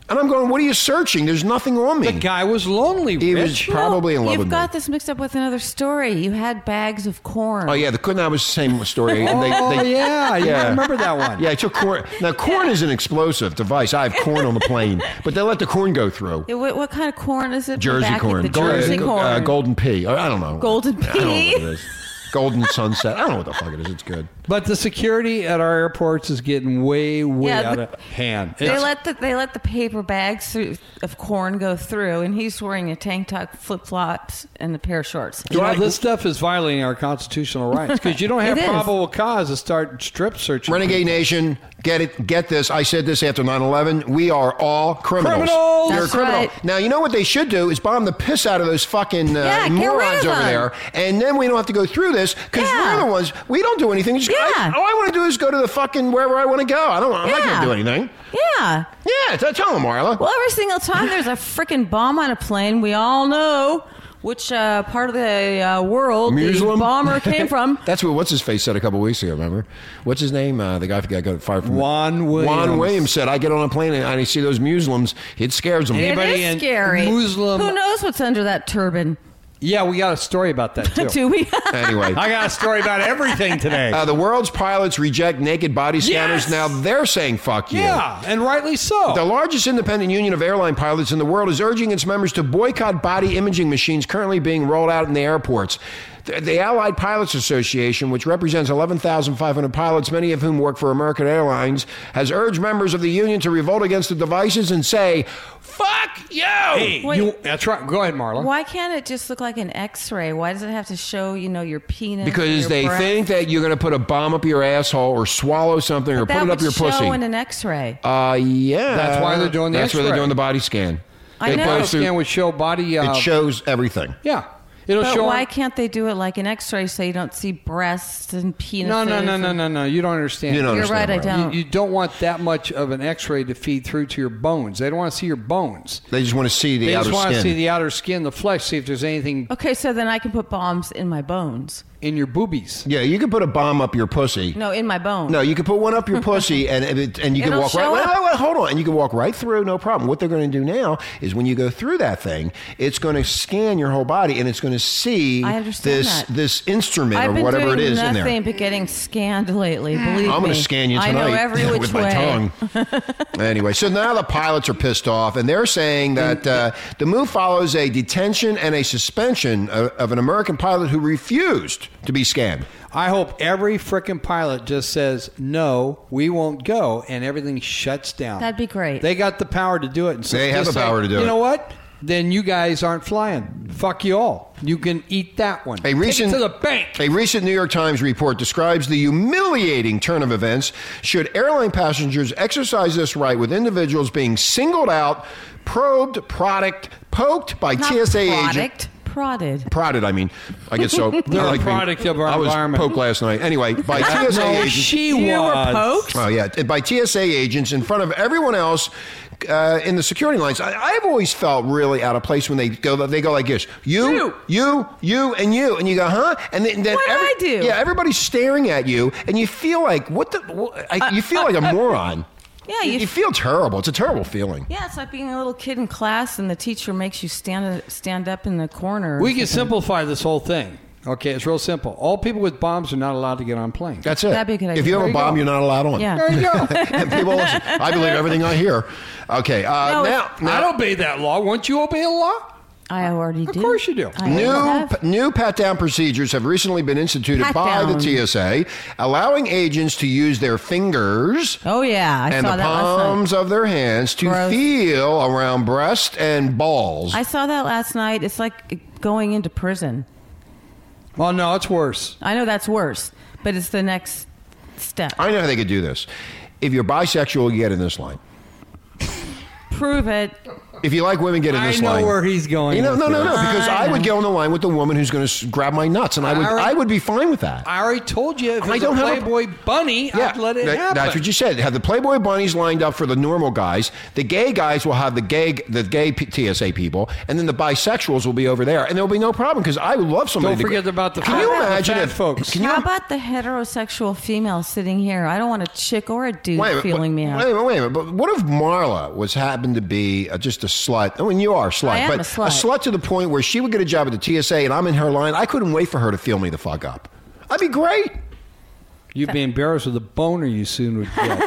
and I'm going, "What are you searching? There's nothing on me." the guy was lonely. he was Rich. probably in love Oh, You've with got me. this mixed up with another story. You had bags of corn. Oh yeah, the couldn't. I was the same story. And they, oh they, [LAUGHS] yeah, yeah, Yeah. I remember that one. Yeah, I took corn. Now, corn is an explosive device. I have corn on the plane, but they let the corn go through. Yeah, What, what kind of corn is it? Jersey Back at corn. The Jersey Gold- corn. Uh, golden pea. I I don't know. Golden I don't know pea? what it is. Golden sunset. I don't know what the fuck it is. It's good. But the security at our airports is getting way, way Yeah, out the- of hand. They let the they let the paper bags through, of corn go through, and he's wearing a tank top, flip flops, and a pair of shorts. You know, this stuff is violating our constitutional rights because you don't [LAUGHS] have It is. probable cause to start strip searching. Renegade Nation, get it, get this. I said this after 9/11. We are all criminals. Criminals! You're a That's criminal. right. Now you know what they should do is bomb the piss out of those fucking uh, Yeah, get rid of morons over them. there, and then we don't have to go through this because Yeah. we're the ones. We don't do anything. Just- Yeah. I, all I want to do is go to the fucking wherever I want to go. I don't. I'm not going Yeah. to do anything. Yeah. Yeah, t- tell them, Marla. Well, every single time there's a freaking bomb on a plane, we all know which uh, part of the uh, world Muslim? the [LAUGHS] bomber came from. That's what what's his face said a couple weeks ago. Remember, what's his name? Uh, the guy who got fired from Juan Williams. Juan Williams said, "I get on a plane and I see those Muslims. It scares them." Anybody- it in is scary. Muslim- Who knows what's under that turban? Yeah, we got a story about [LAUGHS] that Oh. too. Do we? [LAUGHS] anyway, I got a story about everything [LAUGHS] today. uh, the world's pilots reject naked body scanners. Yes! Now they're saying, "Fuck you." yeah, and rightly so. The largest independent union of airline pilots in the world is urging its members to boycott body imaging machines currently being rolled out in the airports. The, the Allied Pilots Association, which represents 11,500 pilots, many of whom work for American Airlines, has urged members of the union to revolt against the devices and say, fuck you! Hey, Wait. you, that's right. Go ahead, Marla. Why can't it just look like an X-ray? Why does it have to show you know your penis? and Because your they breath? think that you're going to put a bomb up your asshole or swallow something or that put it would up your show pussy. in an X-ray. uh, yeah. That's why they're doing the That's why they're X-ray. doing the body scan. I They know. go Body through- scan would show body. Uh, it shows everything. yeah, it'll But show. why can't they do it like an X-ray so you don't see breasts and penises? no, no, no, and- no, no, no. You don't understand. You don't You're right. understand I why. don't. You, you don't want that much of an X-ray to feed through to your bones. They don't want to see your bones. They just want to see the they outer just want skin. to see the outer skin, the flesh, see if there's anything okay, so then I can put bombs in my bones. in your boobies. yeah, you can put a bomb up your pussy. No, in my bones. No, you can put one up your pussy, [LAUGHS] and and it, and you can It'll walk right. show Wait, up. wait, wait, hold on, and you can walk right through, no problem. What they're going to do now is when you go through that thing, it's going to scan your whole body, and it's going to see I this understand that. this instrument I've or been whatever doing it is in nothing there. but getting scanned lately. Believe I'm me, going to scan you tonight [LAUGHS] I know every which with way. my tongue. anyway, so now the pilots are pissed off, and they're saying that uh, the move follows a detention and a suspension of, of an American pilot who refused to be scanned. I hope every frickin' pilot just says, no, we won't go, and everything shuts down. That'd be great. They got the power to do it. And so They have just the power say, to do You it." know what? Then you guys aren't flying. Fuck you all. You can eat that one. A recent, Take it to the bank. A recent New York Times report describes the humiliating turn of events should airline passengers exercise this right with individuals being singled out, probed, product, poked by Not TSA agent. product, prodded. Prodded, I mean, I guess [LAUGHS] so. I a being- product of our I was environment. poked last night. Anyway, by TSA no, agents. she you was. were poked. Oh yeah, by TSA agents in front of everyone else uh, in the security lines. I, I've always felt really out of place when they go. They go like this: you, you, you, and you, and you go, huh? And then, then What did I do? Yeah, everybody's staring at you, and you feel like what the? wh- I, you feel like a moron. [LAUGHS] Yeah, you, you- you feel terrible. It's a terrible feeling. Yeah, it's like being a little kid in class and the teacher makes you stand stand up in the corner. We can simplify this whole thing. Okay, it's real simple. All people with bombs are not allowed to get on planes. That's it. That'd be a good If you idea. have There a you bomb, go. you're not allowed on. Yeah. There you go. And [LAUGHS] people listen. I believe everything I hear. Okay. Uh, No, now, it's- now- [LAUGHS] I obey that law. Won't you obey a law? I already do. Of course you do. I New, have. new pat down procedures have recently been instituted Pat by down. the TSA, allowing agents to use their fingers Oh yeah, I and saw the that last night. palms of their hands to Gross. feel around breast and balls. I saw that last night. It's like going into prison. Oh, Well, no, it's worse. I know that's worse, but it's the next step. I know how they could do this. If you're bisexual, you get in this line. Prove it. If you like women, get in I this know line. where he's going. You know, with no, no, no, this. because I I, would know. get on the line with the woman who's going to grab my nuts, and I would, I already- I would be fine with that. I already told you if I it's a don't have a- Playboy bunny, I'd let it that- happen. That's what you said. Have the Playboy bunnies lined up for the normal guys. The gay guys will have the gay the gay P- TSA people, and then the bisexuals will be over there, and there will be no problem because I would love somebody. Don't to- forget about the Can fat- you the imagine fat if folks. Can you How about the heterosexual female sitting here? I don't want a chick or a dude wait a minute, feeling wait, me out. Wait a minute, wait a minute. But what if Marla was happened to be uh, just a slut? I mean, you are a slut, I am but a slut. to the point where she would get a job at the TSA, and I'm in her line. I couldn't wait for her to feel me the fuck up. I'd be great. [LAUGHS] You'd be embarrassed with the boner you soon would [LAUGHS] get.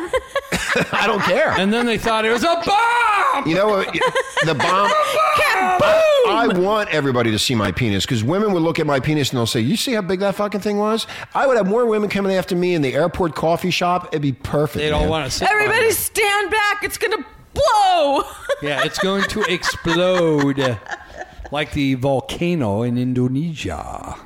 I don't care. and then they thought it was a bomb. You know what? The bomb. I want everybody to see my penis because women would look at my penis and they'll say, "You see how big that fucking thing was?" I would have more women coming after me in the airport coffee shop. It'd be perfect. They don't man. want to sit. Everybody stand back. It's going to blow. Yeah, it's going to explode like the volcano in Indonesia.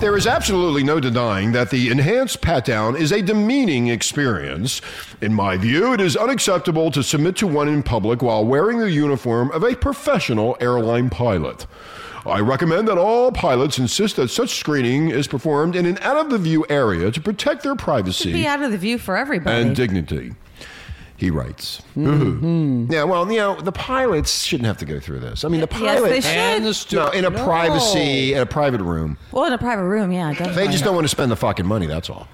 There is absolutely no denying that the enhanced pat down is a demeaning experience. In my view, it is unacceptable to submit to one in public while wearing the uniform of a professional airline pilot. I recommend that all pilots insist that such screening is performed in an out of the view area to protect their privacy. [LAUGHS] be out of the view for everybody. and dignity. He writes. Mm-hmm. Yeah, well, you know, the pilots shouldn't have to go through this. I mean, the Yes, they pilots should. And the stu- no, in a No. privacy, in a private room. well, in a private room, yeah, definitely. They just don't want to spend the fucking money. That's all.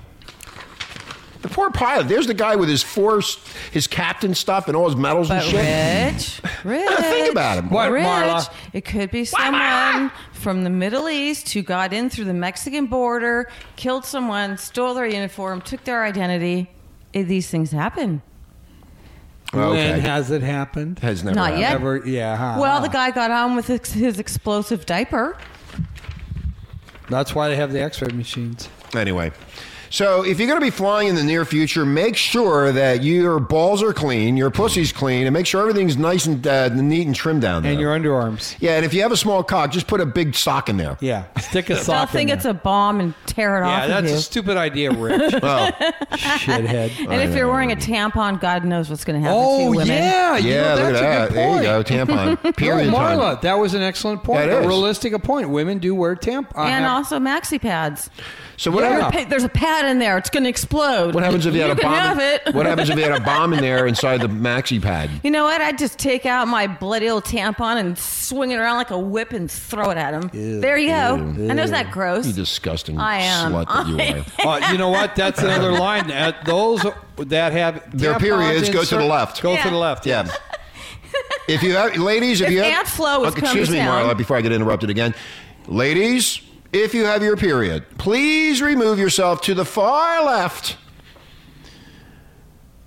The poor pilot. There's the guy with his force, his captain stuff, and all his medals But and shit. rich, rich. [LAUGHS] Think about it. What, rich. Marla? It could be someone from the Middle East who got in through the Mexican border, killed someone, stole their uniform, took their identity. Eh, These things happen. When Okay, has it happened? has never. Not yet. happened. Ever? Yeah. huh? Well, the guy got on with his, his explosive diaper. That's why they have the X-ray machines. Anyway, so if you're going to be flying in the near future, make sure that your balls are clean, your pussy's clean, and make sure everything's nice and uh, neat and trimmed down there. And your underarms. Yeah, and if you have a small cock, just put a big sock in there. Yeah. Stick a They'll sock. think in it's there. a bomb and tear it Yeah, off that's of a you. stupid [LAUGHS] idea, Rich. Oh, Shithead. and if you're wearing a tampon, God knows what's going to happen to you Oh women. yeah, you yeah, know, look at that's that. a good There you point. go, [LAUGHS] tampon. Period. no, time. Marla, that was an excellent point. That a is. realistic a point. Women do wear tampons. And also maxi pads. So what, Yeah. hap- Pa- There's a pad in there. It's going to explode. what happens if you, had a can bomb? have in- it. What happens if you had a bomb in there inside the maxi pad? You know what? I'd just take out my bloody old tampon and swing it around like a whip and throw it at him. there you go. I know, isn't that gross? You disgusting I am. slut that you I- are. [LAUGHS] Uh, you know what? That's another line. At those that have Their tampons periods go to insert- the left. Go Yeah. to the left. Yeah. If you have, ladies, if, If you have, Aunt Flo was Okay, coming excuse to me, town. Marla, before I get interrupted again, ladies, if you have your period, please remove yourself to the far left.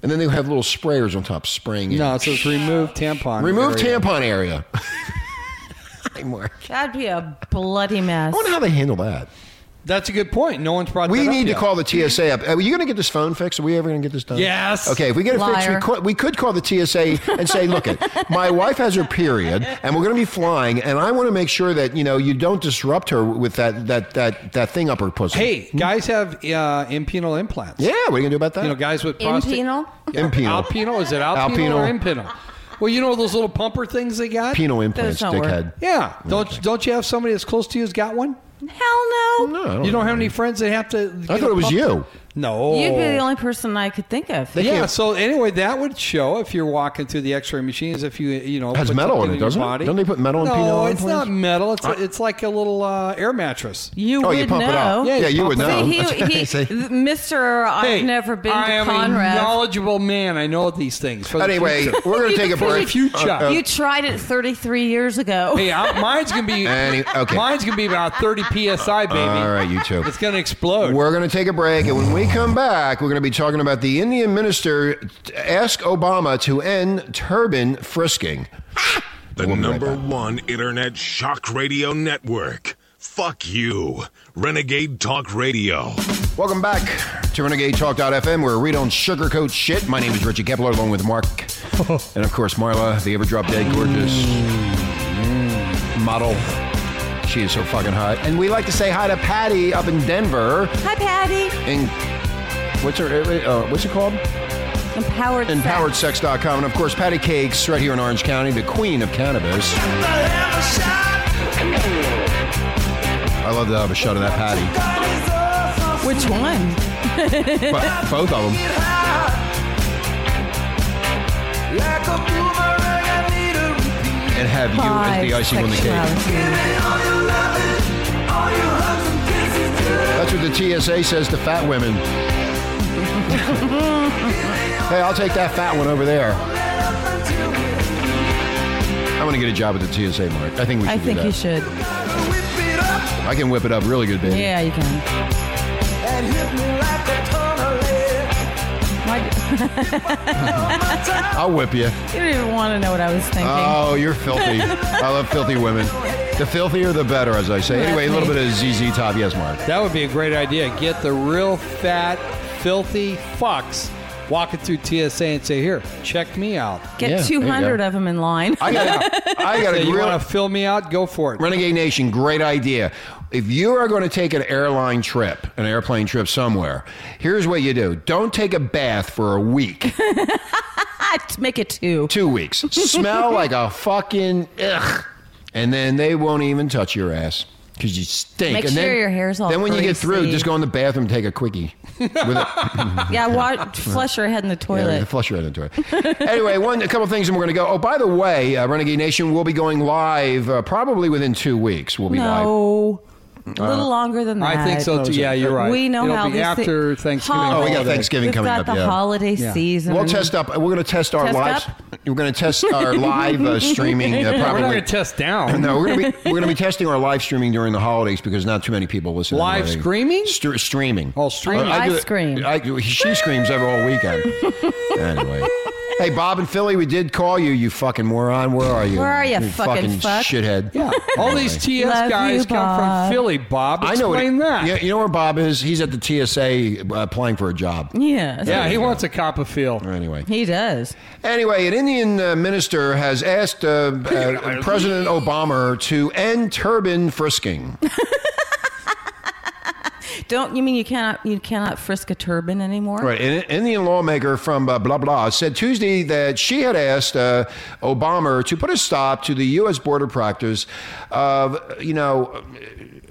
And then they have little sprayers on top spraying you. No, so it's remove tampon. Remove area. tampon [LAUGHS] area. Hey, Mark. That'd be a bloody mess. I wonder how they handle that. That's a good point. No one's brought. We that up need to yet. call the TSA up. Are you going to get this phone fixed? Are we ever going to get this done? Yes. Okay, if we get it fixed, we Liar. could, we could call the TSA and say, look, it, my wife has her period and we're going to be flying and I want to make sure that, you know, you don't disrupt her with that that that, that thing up her pussy. Hey, guys have uh, impenal implants. Yeah, what are you going to do about that? You know, guys with prostate. Impenal? Impenal. Alpino? Is it alpino, or Alpino. impenal? Well, you know those little pumper things they got. Penal implants, don't work. dickhead. Yeah. Don't don't you have somebody that's close to you has got one? Hell no. Oh, No, I you don't know. have any friends that have to. I get thought a it was pump? you. No. You'd be the only person I could think of. They yeah. can't- So anyway, that would show if you're walking through the X-ray machine, is if you you know Has put metal in something it, your doesn't it? body. Don't they put metal in No, penile it's not implants? metal. It's it's like a little uh, air mattress. You Oh, would you pump know. it out. Yeah, Yeah, you you would pump know. See, That's he, what he, I say. Mr. Hey, I've never been I to am Conrad. a knowledgeable man. I know these things. For the Anyway, future. we're going to take a For the break. Uh, future. you tried it 33 years ago. hey, I, mine's gonna be Any- okay. mine's gonna be about 30 psi, baby. All right, you two. It's gonna explode. We're going to take a break, and when we come back, we're going to be talking about the Indian minister t- ask Obama to end turban frisking. The We'll be right number back. one internet shock radio network. Fuck you. Renegade Talk Radio. Welcome back to Renegade Talk.fm, where we don't sugarcoat shit. My name is Richie Kepler, along with Mark, and of course Marla, the ever drop dead gorgeous model. She is so fucking hot, and we like to say hi to Patty up in Denver. Hi, Patty. And what's her? Uh, what's it called? Empowered. sex. EmpoweredSex.com, and of course Patty Cakes, right here in Orange County, the queen of cannabis. I love to have a shot of that patty. Which one? [LAUGHS] But both of them. And have you as the icing on the cake. Bisexuality. That's what the TSA says to fat [LAUGHS] women. hey, I'll take that fat one over there. I want to get a job at the TSA, Mark. I think we should I do think that. you should. I can whip it up really good, baby. Yeah, you can. [LAUGHS] Why- I'll whip you. you don't even want to know what I was thinking. Oh, you're filthy. I love filthy women. The filthier, the better, as I say. Anyway, a little bit of ZZ Top. Yes, Mark. That would be a great idea. Get the real fat, filthy fucks walking through TSA and say, "Here, check me out." Get yeah, there you 200 go. of them in line. [LAUGHS] I got a, I got Say, a you real want to fill me out? Go for it. Renegade Nation, great idea. If you are going to take an airline trip, an airplane trip somewhere, here's what you do. Don't take a bath for a [LAUGHS] week, Make it two. two weeks. Smell like a fucking ugh. And then they won't even touch your ass because you stink. Make and sure then, your hair's all Then when you get through, greasy. just go in the bathroom and take a quickie. With [LAUGHS] a, [LAUGHS] Yeah, wa- flush your head in the Yeah, toilet. flush your head into it. [LAUGHS] anyway, one a couple things, and we're going to go. Oh, by the way, uh, Renegade Nation will be going live uh, probably within two weeks. We'll be live. no. A Uh, little longer than that. I think so too. Yeah, you're right. We know It'll how be these after thi- Thanksgiving. Holiday. Oh, we got holiday. Thanksgiving We've coming got up, the yeah. holiday Yeah. season. We'll test up. We're going to test our Test lives. up? We're going to test our live uh, streaming. Uh, We're probably. not going to test down. No, we're going to be we're going to be testing our live streaming during the holidays because not too many people listen. to Live the holiday- streaming? Stre- streaming. Oh, streaming. do I it- scream. I- she screams every whole weekend. anyway. Hey, Bob and Philly, we did call you. You fucking moron. Where are you? Where are you, fucking fucking fuck? shithead? Yeah. All these TS Love guys you, come from Bob. Philly, Bob. "Oh, I know. Explain what- that. Yeah, you know where Bob is? He's at the TSA uh, applying for a job. Yeah. Yeah, he wants a cop of feel. Anyway. He does. Anyway, an Indian uh, minister has asked uh, [LAUGHS] uh, President Obama to end turban frisking. Don't you mean you cannot you cannot frisk a turban anymore? Right. An Indian lawmaker from uh, blah, blah said Tuesday that she had asked uh, Obama to put a stop to the U.S. border practice of, you know,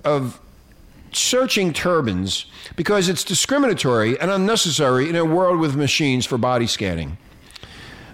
of searching turbans because it's discriminatory and unnecessary in a world with machines for body scanning.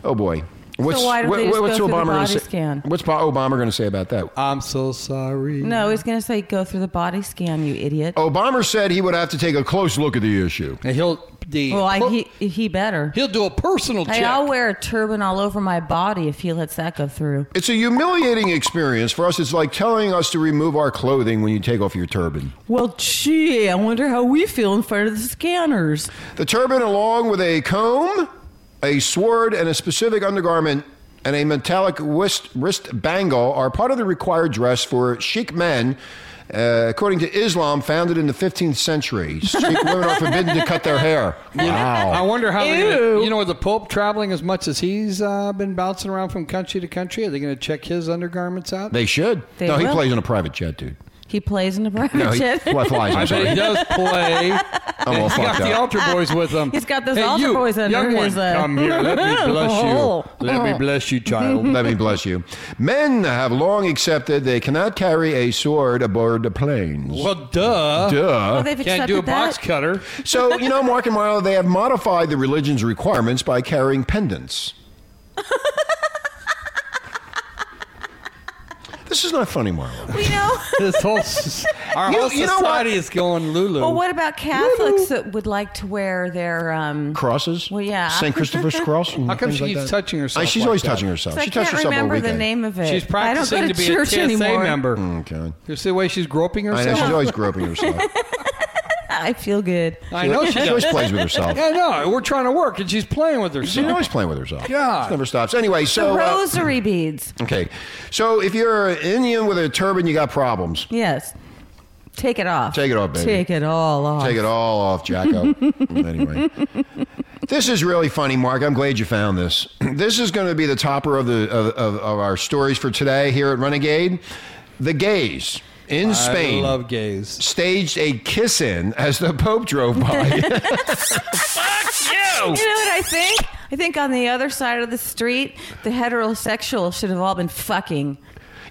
Oh, boy. What's, why don't they just what's go through the Obama going body to say? scan? What's Bo- Obama going to say about that? I'm so sorry. No, he's gonna say go through the body scan, you idiot. Obama said he would have to take a close look at the issue. And he'll the well, I, he he better. will do a personal Hey, check. I'll wear a turban all over my body if he lets that go through. It's a humiliating experience for us. It's like telling us to remove our clothing when you take off your turban. Well, gee, I wonder how we feel in front of the scanners. The turban, along with a comb, a sword, and a specific undergarment and a metallic wrist, wrist bangle, are part of the required dress for chic men. Uh, according to Islam, founded in the 15th [LAUGHS] century, chic women are forbidden to cut their hair. I Wow. wonder how they're gonna, Ew. you know with the Pope traveling as much as he's uh, been bouncing around from country to country. Are they going to check his undergarments out? They should. They no, he will. plays in a private jet, dude. He plays in a private [LAUGHS] No, he, jet. [LAUGHS] well, flies. I I'm bet he sorry. does play. I'm all He's got fucked the up. altar boys with him. He's got those hey, altar you, boys under young his, one, uh, come here. Let [LAUGHS] me bless hole. you. Let me bless [LAUGHS] you, child. Let me bless you. Men have long accepted they cannot carry a sword aboard the planes. well, duh. Duh. [LAUGHS] They've Can't do a accepted box that. cutter. So, you know, Mark and Milo, they have modified the religion's requirements by carrying pendants. this is not funny, Marlo. We know. [LAUGHS] This whole s- our You- whole you know what? society is going Lulu. well, what about Catholics that would like to wear their? Um, Crosses? Well, yeah. St. Christopher's Cross? and [LAUGHS] How come things she like keeps that? touching herself Uh, she's like always that? touching herself. I she touched can't herself remember all the weekend. name of it. She's I practicing don't to go to, be a church TSA anymore. member. Okay. You see the way she's groping Mm. I herself? know, she's always groping herself. I feel good. I know she she always does. plays with [LAUGHS] herself. I know. We're trying to work, and she's playing with She's herself. always playing with herself. God. She never stops. Anyway, so. the uh, rosary beads. okay. So if you're an Indian with a turban, you got problems. Yes. Take it off. Take it off, baby. Take it all off. Take it all off, [LAUGHS] Jacko. anyway, this is really funny, Mark. I'm glad you found this. [CLEARS THROAT] This is going to be the topper of the of, of, of our stories for today here at Renegade. The gays in Spain I love gays. staged a kiss in as the Pope drove [LAUGHS] by. [LAUGHS] You know what I think? I think on the other side of the street, the heterosexual should have all been fucking.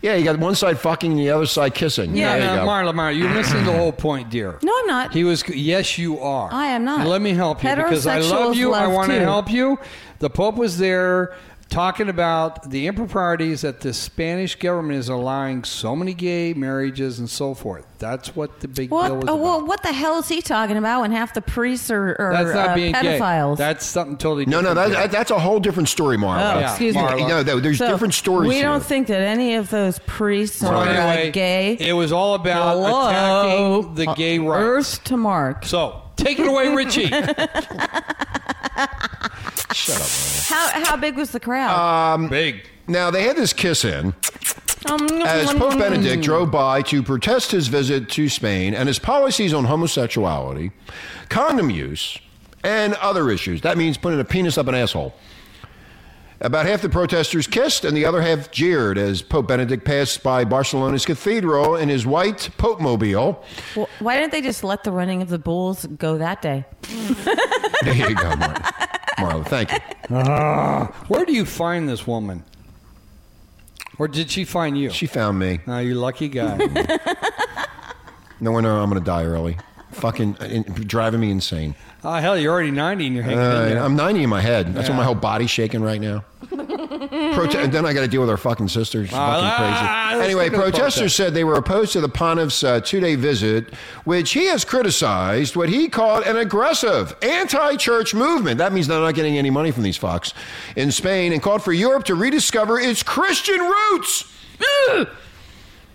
yeah, you got one side fucking, the other side kissing. Yeah. there you Now, go. Marla, Marla, you're missing the whole point, dear. No, I'm not. He was. Yes, you are. I am not. Let me help you because I love Heterosexuals you. I love want to too. help you. The Pope was there talking about the improprieties that the Spanish government is allowing so many gay marriages and so forth. That's what the big What? deal was oh, about. well, what the hell is he talking about when half the priests are, are That's not uh, being pedophiles? gay. That's something totally No, different. no, dear. that, that's a whole different story, Mark. oh, yeah, excuse me. Marla. No, there's So, different stories. We here. don't think that any of those priests are uh, gay. It was all about Hello? attacking the Uh, gay rights. Earth to Mark. So take it away, Richie. [LAUGHS] How how big was the crowd? Um, Big. Now they had this kiss in. Um, Uh, As Pope Benedict drove by to protest his visit to Spain and his policies on homosexuality, condom use, and other issues. That means putting a penis up an asshole. About half the protesters kissed and the other half jeered as Pope Benedict passed by Barcelona's cathedral in his white Pope mobile. [LAUGHS] Well, why didn't they just let the running of the bulls go that day? There you go, Marla. Marla, thank you. Where do you find this woman? Or did she find you? She found me. Ah, you lucky guy. [LAUGHS] No wonder I'm going to die early. Fucking uh, in- driving me insane. oh, hell, you're already 90 and you're hanging in Uh, there. I'm 90 in my head. That's why Yeah. my whole body's shaking right now. Prote- and then I got to deal with our fucking sister. She's Ah, fucking crazy. ah, let's anyway, look at the protesters protest. said they were opposed to the Pontiff's uh, two day visit, which he has criticized what he called an aggressive anti church movement. That means they're not getting any money from these fucks in Spain and called for Europe to rediscover its Christian roots. Ugh.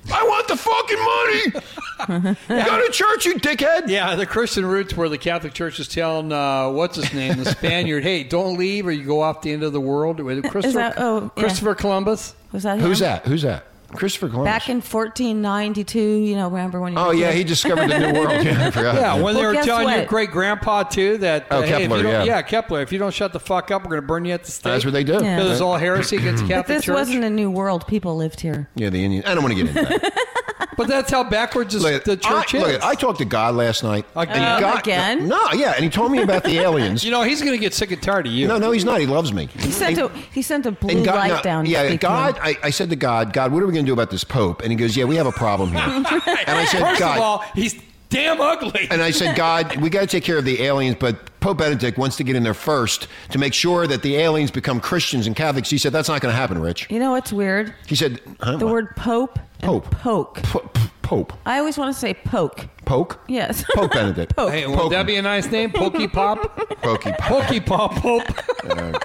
I want the fucking [LAUGHS] money. Go to church, you dickhead. yeah, the Christian roots where the Catholic Church is telling, uh, what's his name, [LAUGHS] the Spaniard, hey, don't leave or you go off the end of the world. With Christopher, that- oh, yeah. Christopher Columbus. Was that Who's him? that? Who's that? Christopher Columbus. Back in 1492, you know, remember when? You Oh yeah, he discovered the new world. Yeah, I forgot. Yeah, when they Well, were guess telling your what? great grandpa too that uh, Oh, hey, if you Kepler, don't- yeah. Kepler, if you don't shut the fuck up, we're going to burn you at the stake. That's what they do. Yeah. It was all heresy against But Catholic this Church. wasn't a new world. People lived here. Yeah, the Indians. I don't want to get into [LAUGHS] that. But that's how backwards is, Look, the church I, is. look, I talked to God last night. Again? And God, Again? No, yeah, and he told me about [LAUGHS] the aliens. you know, he's going to get sick and tired of you. no, no, he's not. He loves me. He sent a he sent a blue light no, down. to yeah, speak to God. him. I, I said to God, God, what are we going to do about this Pope? And he goes, Yeah, we have a problem [LAUGHS] here. and I said, First God, of all, he's damn ugly. and I said, God, we got to take care of the aliens, but Pope Benedict wants to get in there first to make sure that the aliens become Christians and Catholics. He said, That's not going to happen, Rich. You know what's weird? He said, huh, The what? word pope and Pope. poke. Po- p- Pope, I always want to say poke. Poke, Yes. [LAUGHS] Pope Benedict, Pope. Hey, would that be a nice name? Pokey Pop? [LAUGHS] Pokey Pop. Pokey Pop [LAUGHS] Pope.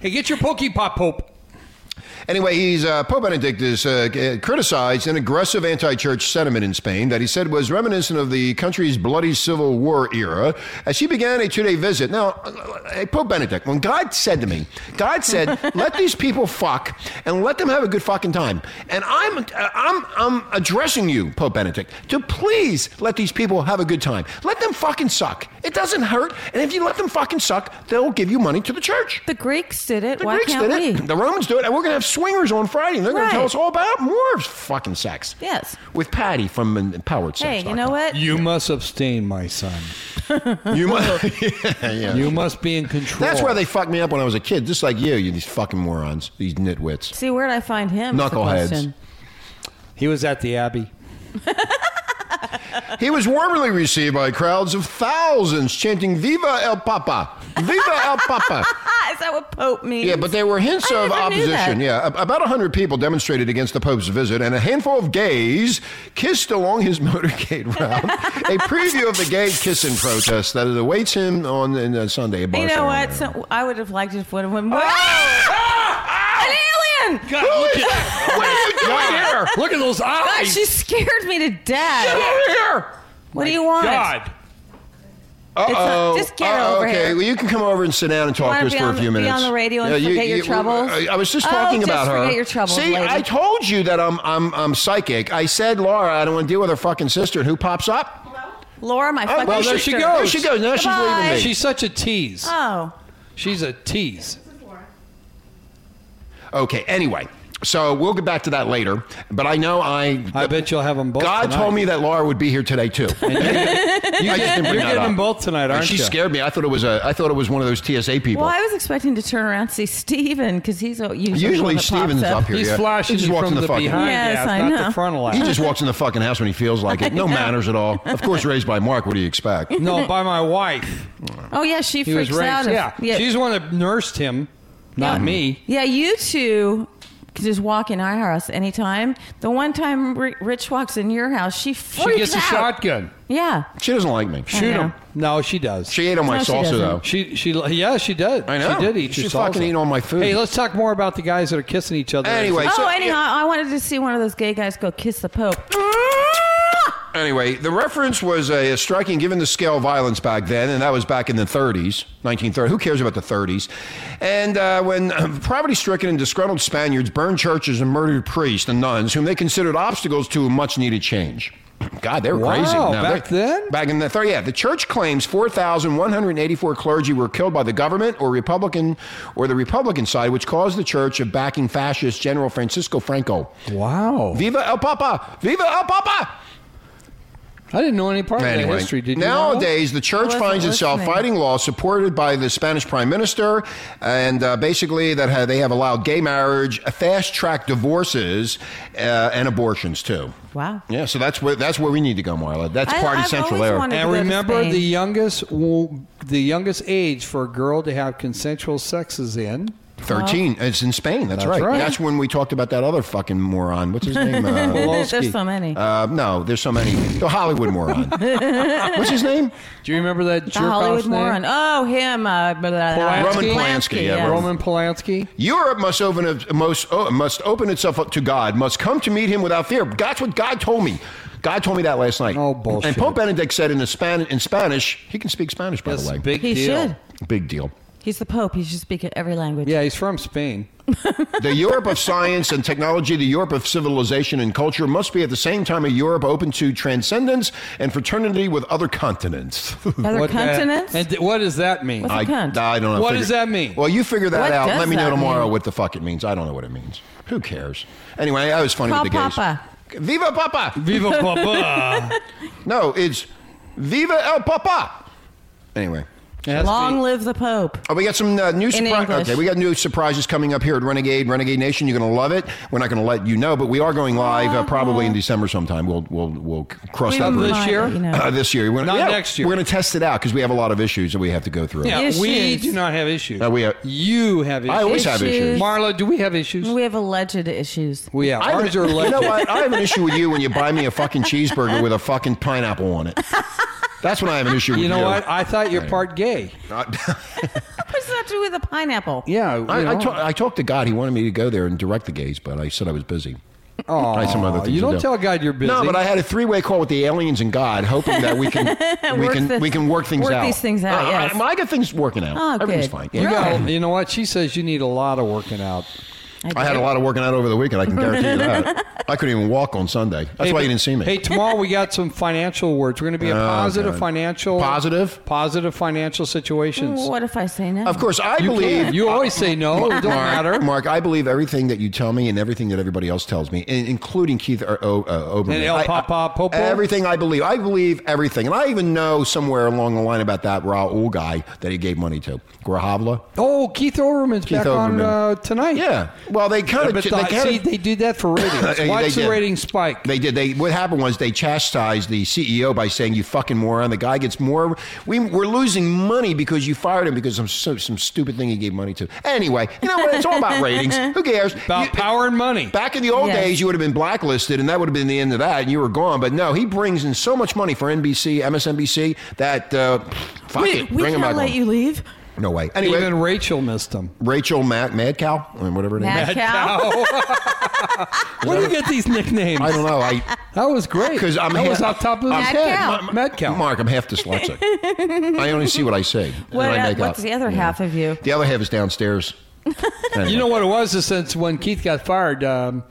hey, get your Pokey Pop Pope. Anyway, he's uh, Pope Benedict is uh, c- criticized an aggressive anti-church sentiment in Spain that he said was reminiscent of the country's bloody civil war era. As he began a two-day visit, now uh, hey, Pope Benedict, when God said to me, God said, "Let these people fuck and let them have a good fucking time," and I'm uh, I'm I'm addressing you, Pope Benedict, to please let these people have a good time. Let them fucking suck. It doesn't hurt. And if you let them fucking suck, they'll give you money to the church. The Greeks did it. The Why Greeks can't did it. [LAUGHS] we? The Romans do it. And we're going to have swingers on Friday. And they're going Right. to tell us all about more fucking sex. Yes. With Patty from Empowered Hey, Sex. you know what? You must abstain, my son. You must. yeah, yeah. You must be in [LAUGHS] control. That's why they fucked me up when I was a kid, just like you, you these fucking morons, these nitwits. See, where'd I find him? is the Knuckleheads. question. He was at the Abbey. He was warmly received by crowds of thousands chanting "Viva El Papa! Viva El Papa!" Ah, is that what Pope means? Yeah, but there were hints I of never knew opposition. that. Yeah, a- about 100 people demonstrated against the Pope's visit, and a handful of gays kissed along his [LAUGHS] motorcade route. a preview of the gay kissing protest that awaits him on uh, Sunday. in You know Barcelona. what? So, I would have liked it if one of Oh! them. [LAUGHS] An alien! God, [LAUGHS] look at, What are you doing here? look at those God, eyes. she scared me to Get death. over here. What do you want? God. Uh-oh. not- just get Uh-oh, over okay. here. Well, you can come over and sit down and talk wanna to us be for on a the- few be on minutes. the radio and forget your troubles? I, I was just Oh, talking about just her. forget your troubles, See, lady. I told you that I'm I'm I'm psychic. I said, Laura, I don't want to deal with her fucking sister. And who pops up? Oh, Laura, my fucking Oh, well, there sister. she There goes. she goes. Now she's Goodbye. leaving me. She's such a tease. Uh. Oh. She's a tease. Okay. Anyway. So we'll get back to that later, but I know I. I bet you'll have them both. God tonight. told me that Laura would be here today too. You I just didn't get, bring you're that getting up. them both tonight, aren't she you? scared me. I thought it was a. I thought it was one of those TSA people. Well, I was expecting to turn around and see Steven because he's uh, usually, the one Usually that pops Steven's up here. He's yeah. flashing he just you walks in from the, the, fucking behind Yes, half, I not know. the frontal He half. just walks in the fucking house when he feels like [LAUGHS] it. No manners at all. Of course, raised by Mark. What do you expect? no, by my wife. Oh yeah, she He freaks was raised. out. if- Yeah. she's the one that nursed him, not me. Yeah, you two can just walk in our house anytime. The one time Ri- Rich walks in your house, she freaks She gets a out. shotgun. Yeah. She doesn't like me. Shoot know. him. No, she does. She ate on my No, she salsa doesn't. though. She she yeah she did. I know. she did eat. She your fucking salsa. ate all my food. Hey, let's talk more about the guys that are kissing each other. Anyway, Oh, so- anyhow, I wanted to see one of those gay guys go kiss the [LAUGHS] Pope. Anyway, the reference was a, striking given the scale of violence back then, and that was back in the 30s, 1930. Who cares about the 30s? And uh, when [CLEARS THROAT] poverty stricken and disgruntled Spaniards burned churches and murdered priests and nuns, whom they considered obstacles to a much needed change. [CLEARS THROAT] God, they were Wow, crazy. back they- then? Back in the 30s, yeah. The church claims 4,184 clergy were killed by the government or Republican or the Republican side, which caused the church of backing fascist General Francisco Franco. wow, Viva el Papa! Viva el Papa! I didn't know any part of that Anyway, history. Did you? nowadays, the I church wasn't finds itself listening. fighting laws supported by the Spanish prime minister, and uh, basically that ha- they have allowed gay marriage, fast track divorces, uh, and abortions too. Wow. Yeah, so that's where that's where we need to go, Marla. That's I- party I've central always there. know? wanted- And Go to remember, Spain. the youngest w- the youngest age for a girl to have consensual sex is in. Thirteen. It's in Spain. That's, That's right. right. That's when we talked about that other fucking moron. What's his name? Uh, [LAUGHS] There's so many. uh, no, there's so many. The Hollywood moron. What's his name? Do you remember that the jerk Hollywood off name? moron. Oh, him. Uh, blah, blah, blah. Polanski? Roman Polanski, yeah, yes. Roman Polanski. Europe must open a, must, oh, must open itself up to God, must come to meet him without fear. That's what God told me. God told me that last night. Oh, bullshit. And Pope Benedict said in, a Span- in Spanish, he can speak Spanish, by That's the way. a big He deal. should. Big deal. He's the Pope. He should speak every language. Yeah, he's from Spain. The Europe of science and technology, the Europe of civilization and culture must be at the same time a Europe open to transcendence and fraternity with other [LAUGHS] continents. Other What the- continents? uh, and th- what does that mean? What's I, I Cunt. don't know. What Figure- does that mean? Well, you figure that What out. does Let me know that tomorrow mean? what the fuck it means. I don't know what it means. Who cares? Anyway, I was funny Call with the gays. Papa. Viva Papa! Viva [LAUGHS] Papa. No, it's Viva El Papa. Anyway. It has to Long be- live the Pope. Oh, we got some uh, new In surprises. English. Okay, we got new surprises coming up here at Renegade, Renegade Nation. You're going to love it. We're not going to let you know, but we are going live uh, probably in December sometime. We'll we'll we'll cross We that will bridge not year? let You know. Uh, this year. We're gonna, Not yeah, next year. We're going to test it out because we have a lot of issues that we have to go through. Yeah, we Issues. do not have issues. Uh, we have- you have issues. I always have Issues. issues. Marla, do we have issues? we have alleged issues. We have. I have Ours are an- you know legit. what? I have an issue with you when you buy me a fucking cheeseburger with a fucking pineapple on [LAUGHS] it. That's when I have an issue with you. You know what? I thought you're part gay. [LAUGHS] What's that to do with a pineapple? Yeah. I, you I, know. ta- I talked to God. He wanted me to go there and direct the gays, but I said I was busy. Oh, I had some other Aw, things you to don't do. tell God you're busy. No, but I had a three-way call with the aliens and God, hoping that [LAUGHS] we can we Work can this- we can work things work out. these things out, Uh, yes. I, I got things working out. Oh, Everything's good. fine. You, Yeah. got, you know what? She says you need a lot of working out. [LAUGHS] I had a lot of working out over the weekend. I can guarantee you that. I couldn't even walk on Sunday. That's Hey, why but- you didn't see me. Hey, tomorrow we got some financial words. We're going to be [LAUGHS] in Oh, positive God. financial, Positive? positive financial situations. What if I say no? of course, I You believe can't. you always say no. It doesn't matter. Oh, Mark, I believe everything that you tell me and everything that everybody else tells me, in- including Keith uh, o, uh, Oberman. And oh, El I- I- Papa Popo? Everything I believe. I believe everything. And I even know somewhere along the line about that Raul guy that he gave money to. Grahavla. Oh, Keith Overman's Keith back on Olbermann. uh, tonight. Yeah. Well, they kind But of... the- see, they do that [LAUGHS] for ratings. They- Watch they the did. ratings spike. They did. They what happened was they chastised the CEO by saying, "You fucking moron." The guy gets more. We we're losing money because you fired him because of some some stupid thing he gave money to. Anyway, you know what? It's all about [LAUGHS] ratings. Who cares? About You- power and money. Back in the old Yes. days, you would have been blacklisted, and that would have been the end of that, and you were gone. But no, he brings in so much money for NBC, MSNBC that uh, fuck we it, we bring him can't back let on. you leave. No way. Anyway, Even Rachel missed him. Rachel Mad, Mad Cow, or whatever it is. Mad cow. [LAUGHS] Where do you get these nicknames? I don't know. I That was great. 'Cause I'm that ha- was off top of I'm- his Mad head. cow. Ma- Mad cow. Mark, I'm half [LAUGHS] dyslexic. I only see what I say. and What, I uh, make what's up. the other half of you? The other half is downstairs. Anyway. You know what it was? Is since when Keith got fired, um,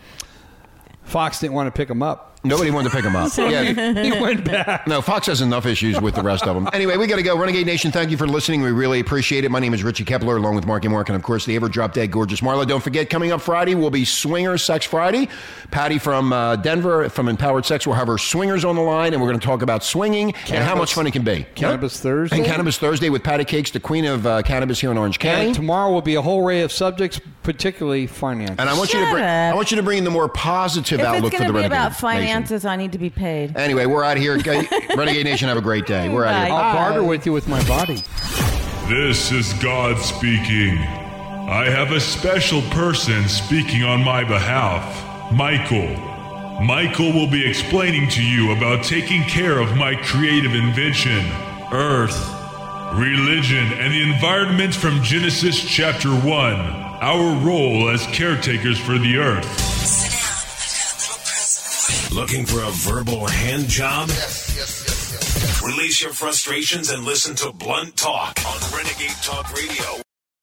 Fox didn't want to pick him up. Nobody wanted to pick him [LAUGHS] up. Yeah. [LAUGHS] He went back. No, Fox has enough issues with the rest of them. Anyway, we got to go. Renegade Nation, thank you for listening. We really appreciate it. My name is Richie Kepler, along with Marky Mark, and of course, the ever drop dead gorgeous Marla. Don't forget, coming up Friday will be Swinger Sex Friday. Patty from uh, Denver from Empowered Sex will have her swingers on the line, and we're going to talk about swinging and how Cannabis- much fun it can be. Cannabis Huh? Thursday? And Cannabis Thursday with Patty Cakes, the queen of uh, cannabis here in Orange County. And tomorrow will be a whole array of subjects, particularly finance. And I want you to Shut bring, up. I want you to bring in the more positive if outlook it's for going the to be Renegade about Nation. finances, I need to be paid. Anyway, we're out of here. [LAUGHS] Renegade Nation, have a great day. We're out of here. I'll barter with you with my body. This is God speaking. I have a special person speaking on my behalf, Michael. Michael will be explaining to you about taking care of my creative invention, Earth, religion, and the environment from Genesis chapter 1, our role as caretakers for the Earth. Sit down. I got a little present for you. Looking for a verbal hand job? Yes, yes, yes, yes, yes. Release your frustrations and listen to Blunt Talk on Renegade Talk Radio.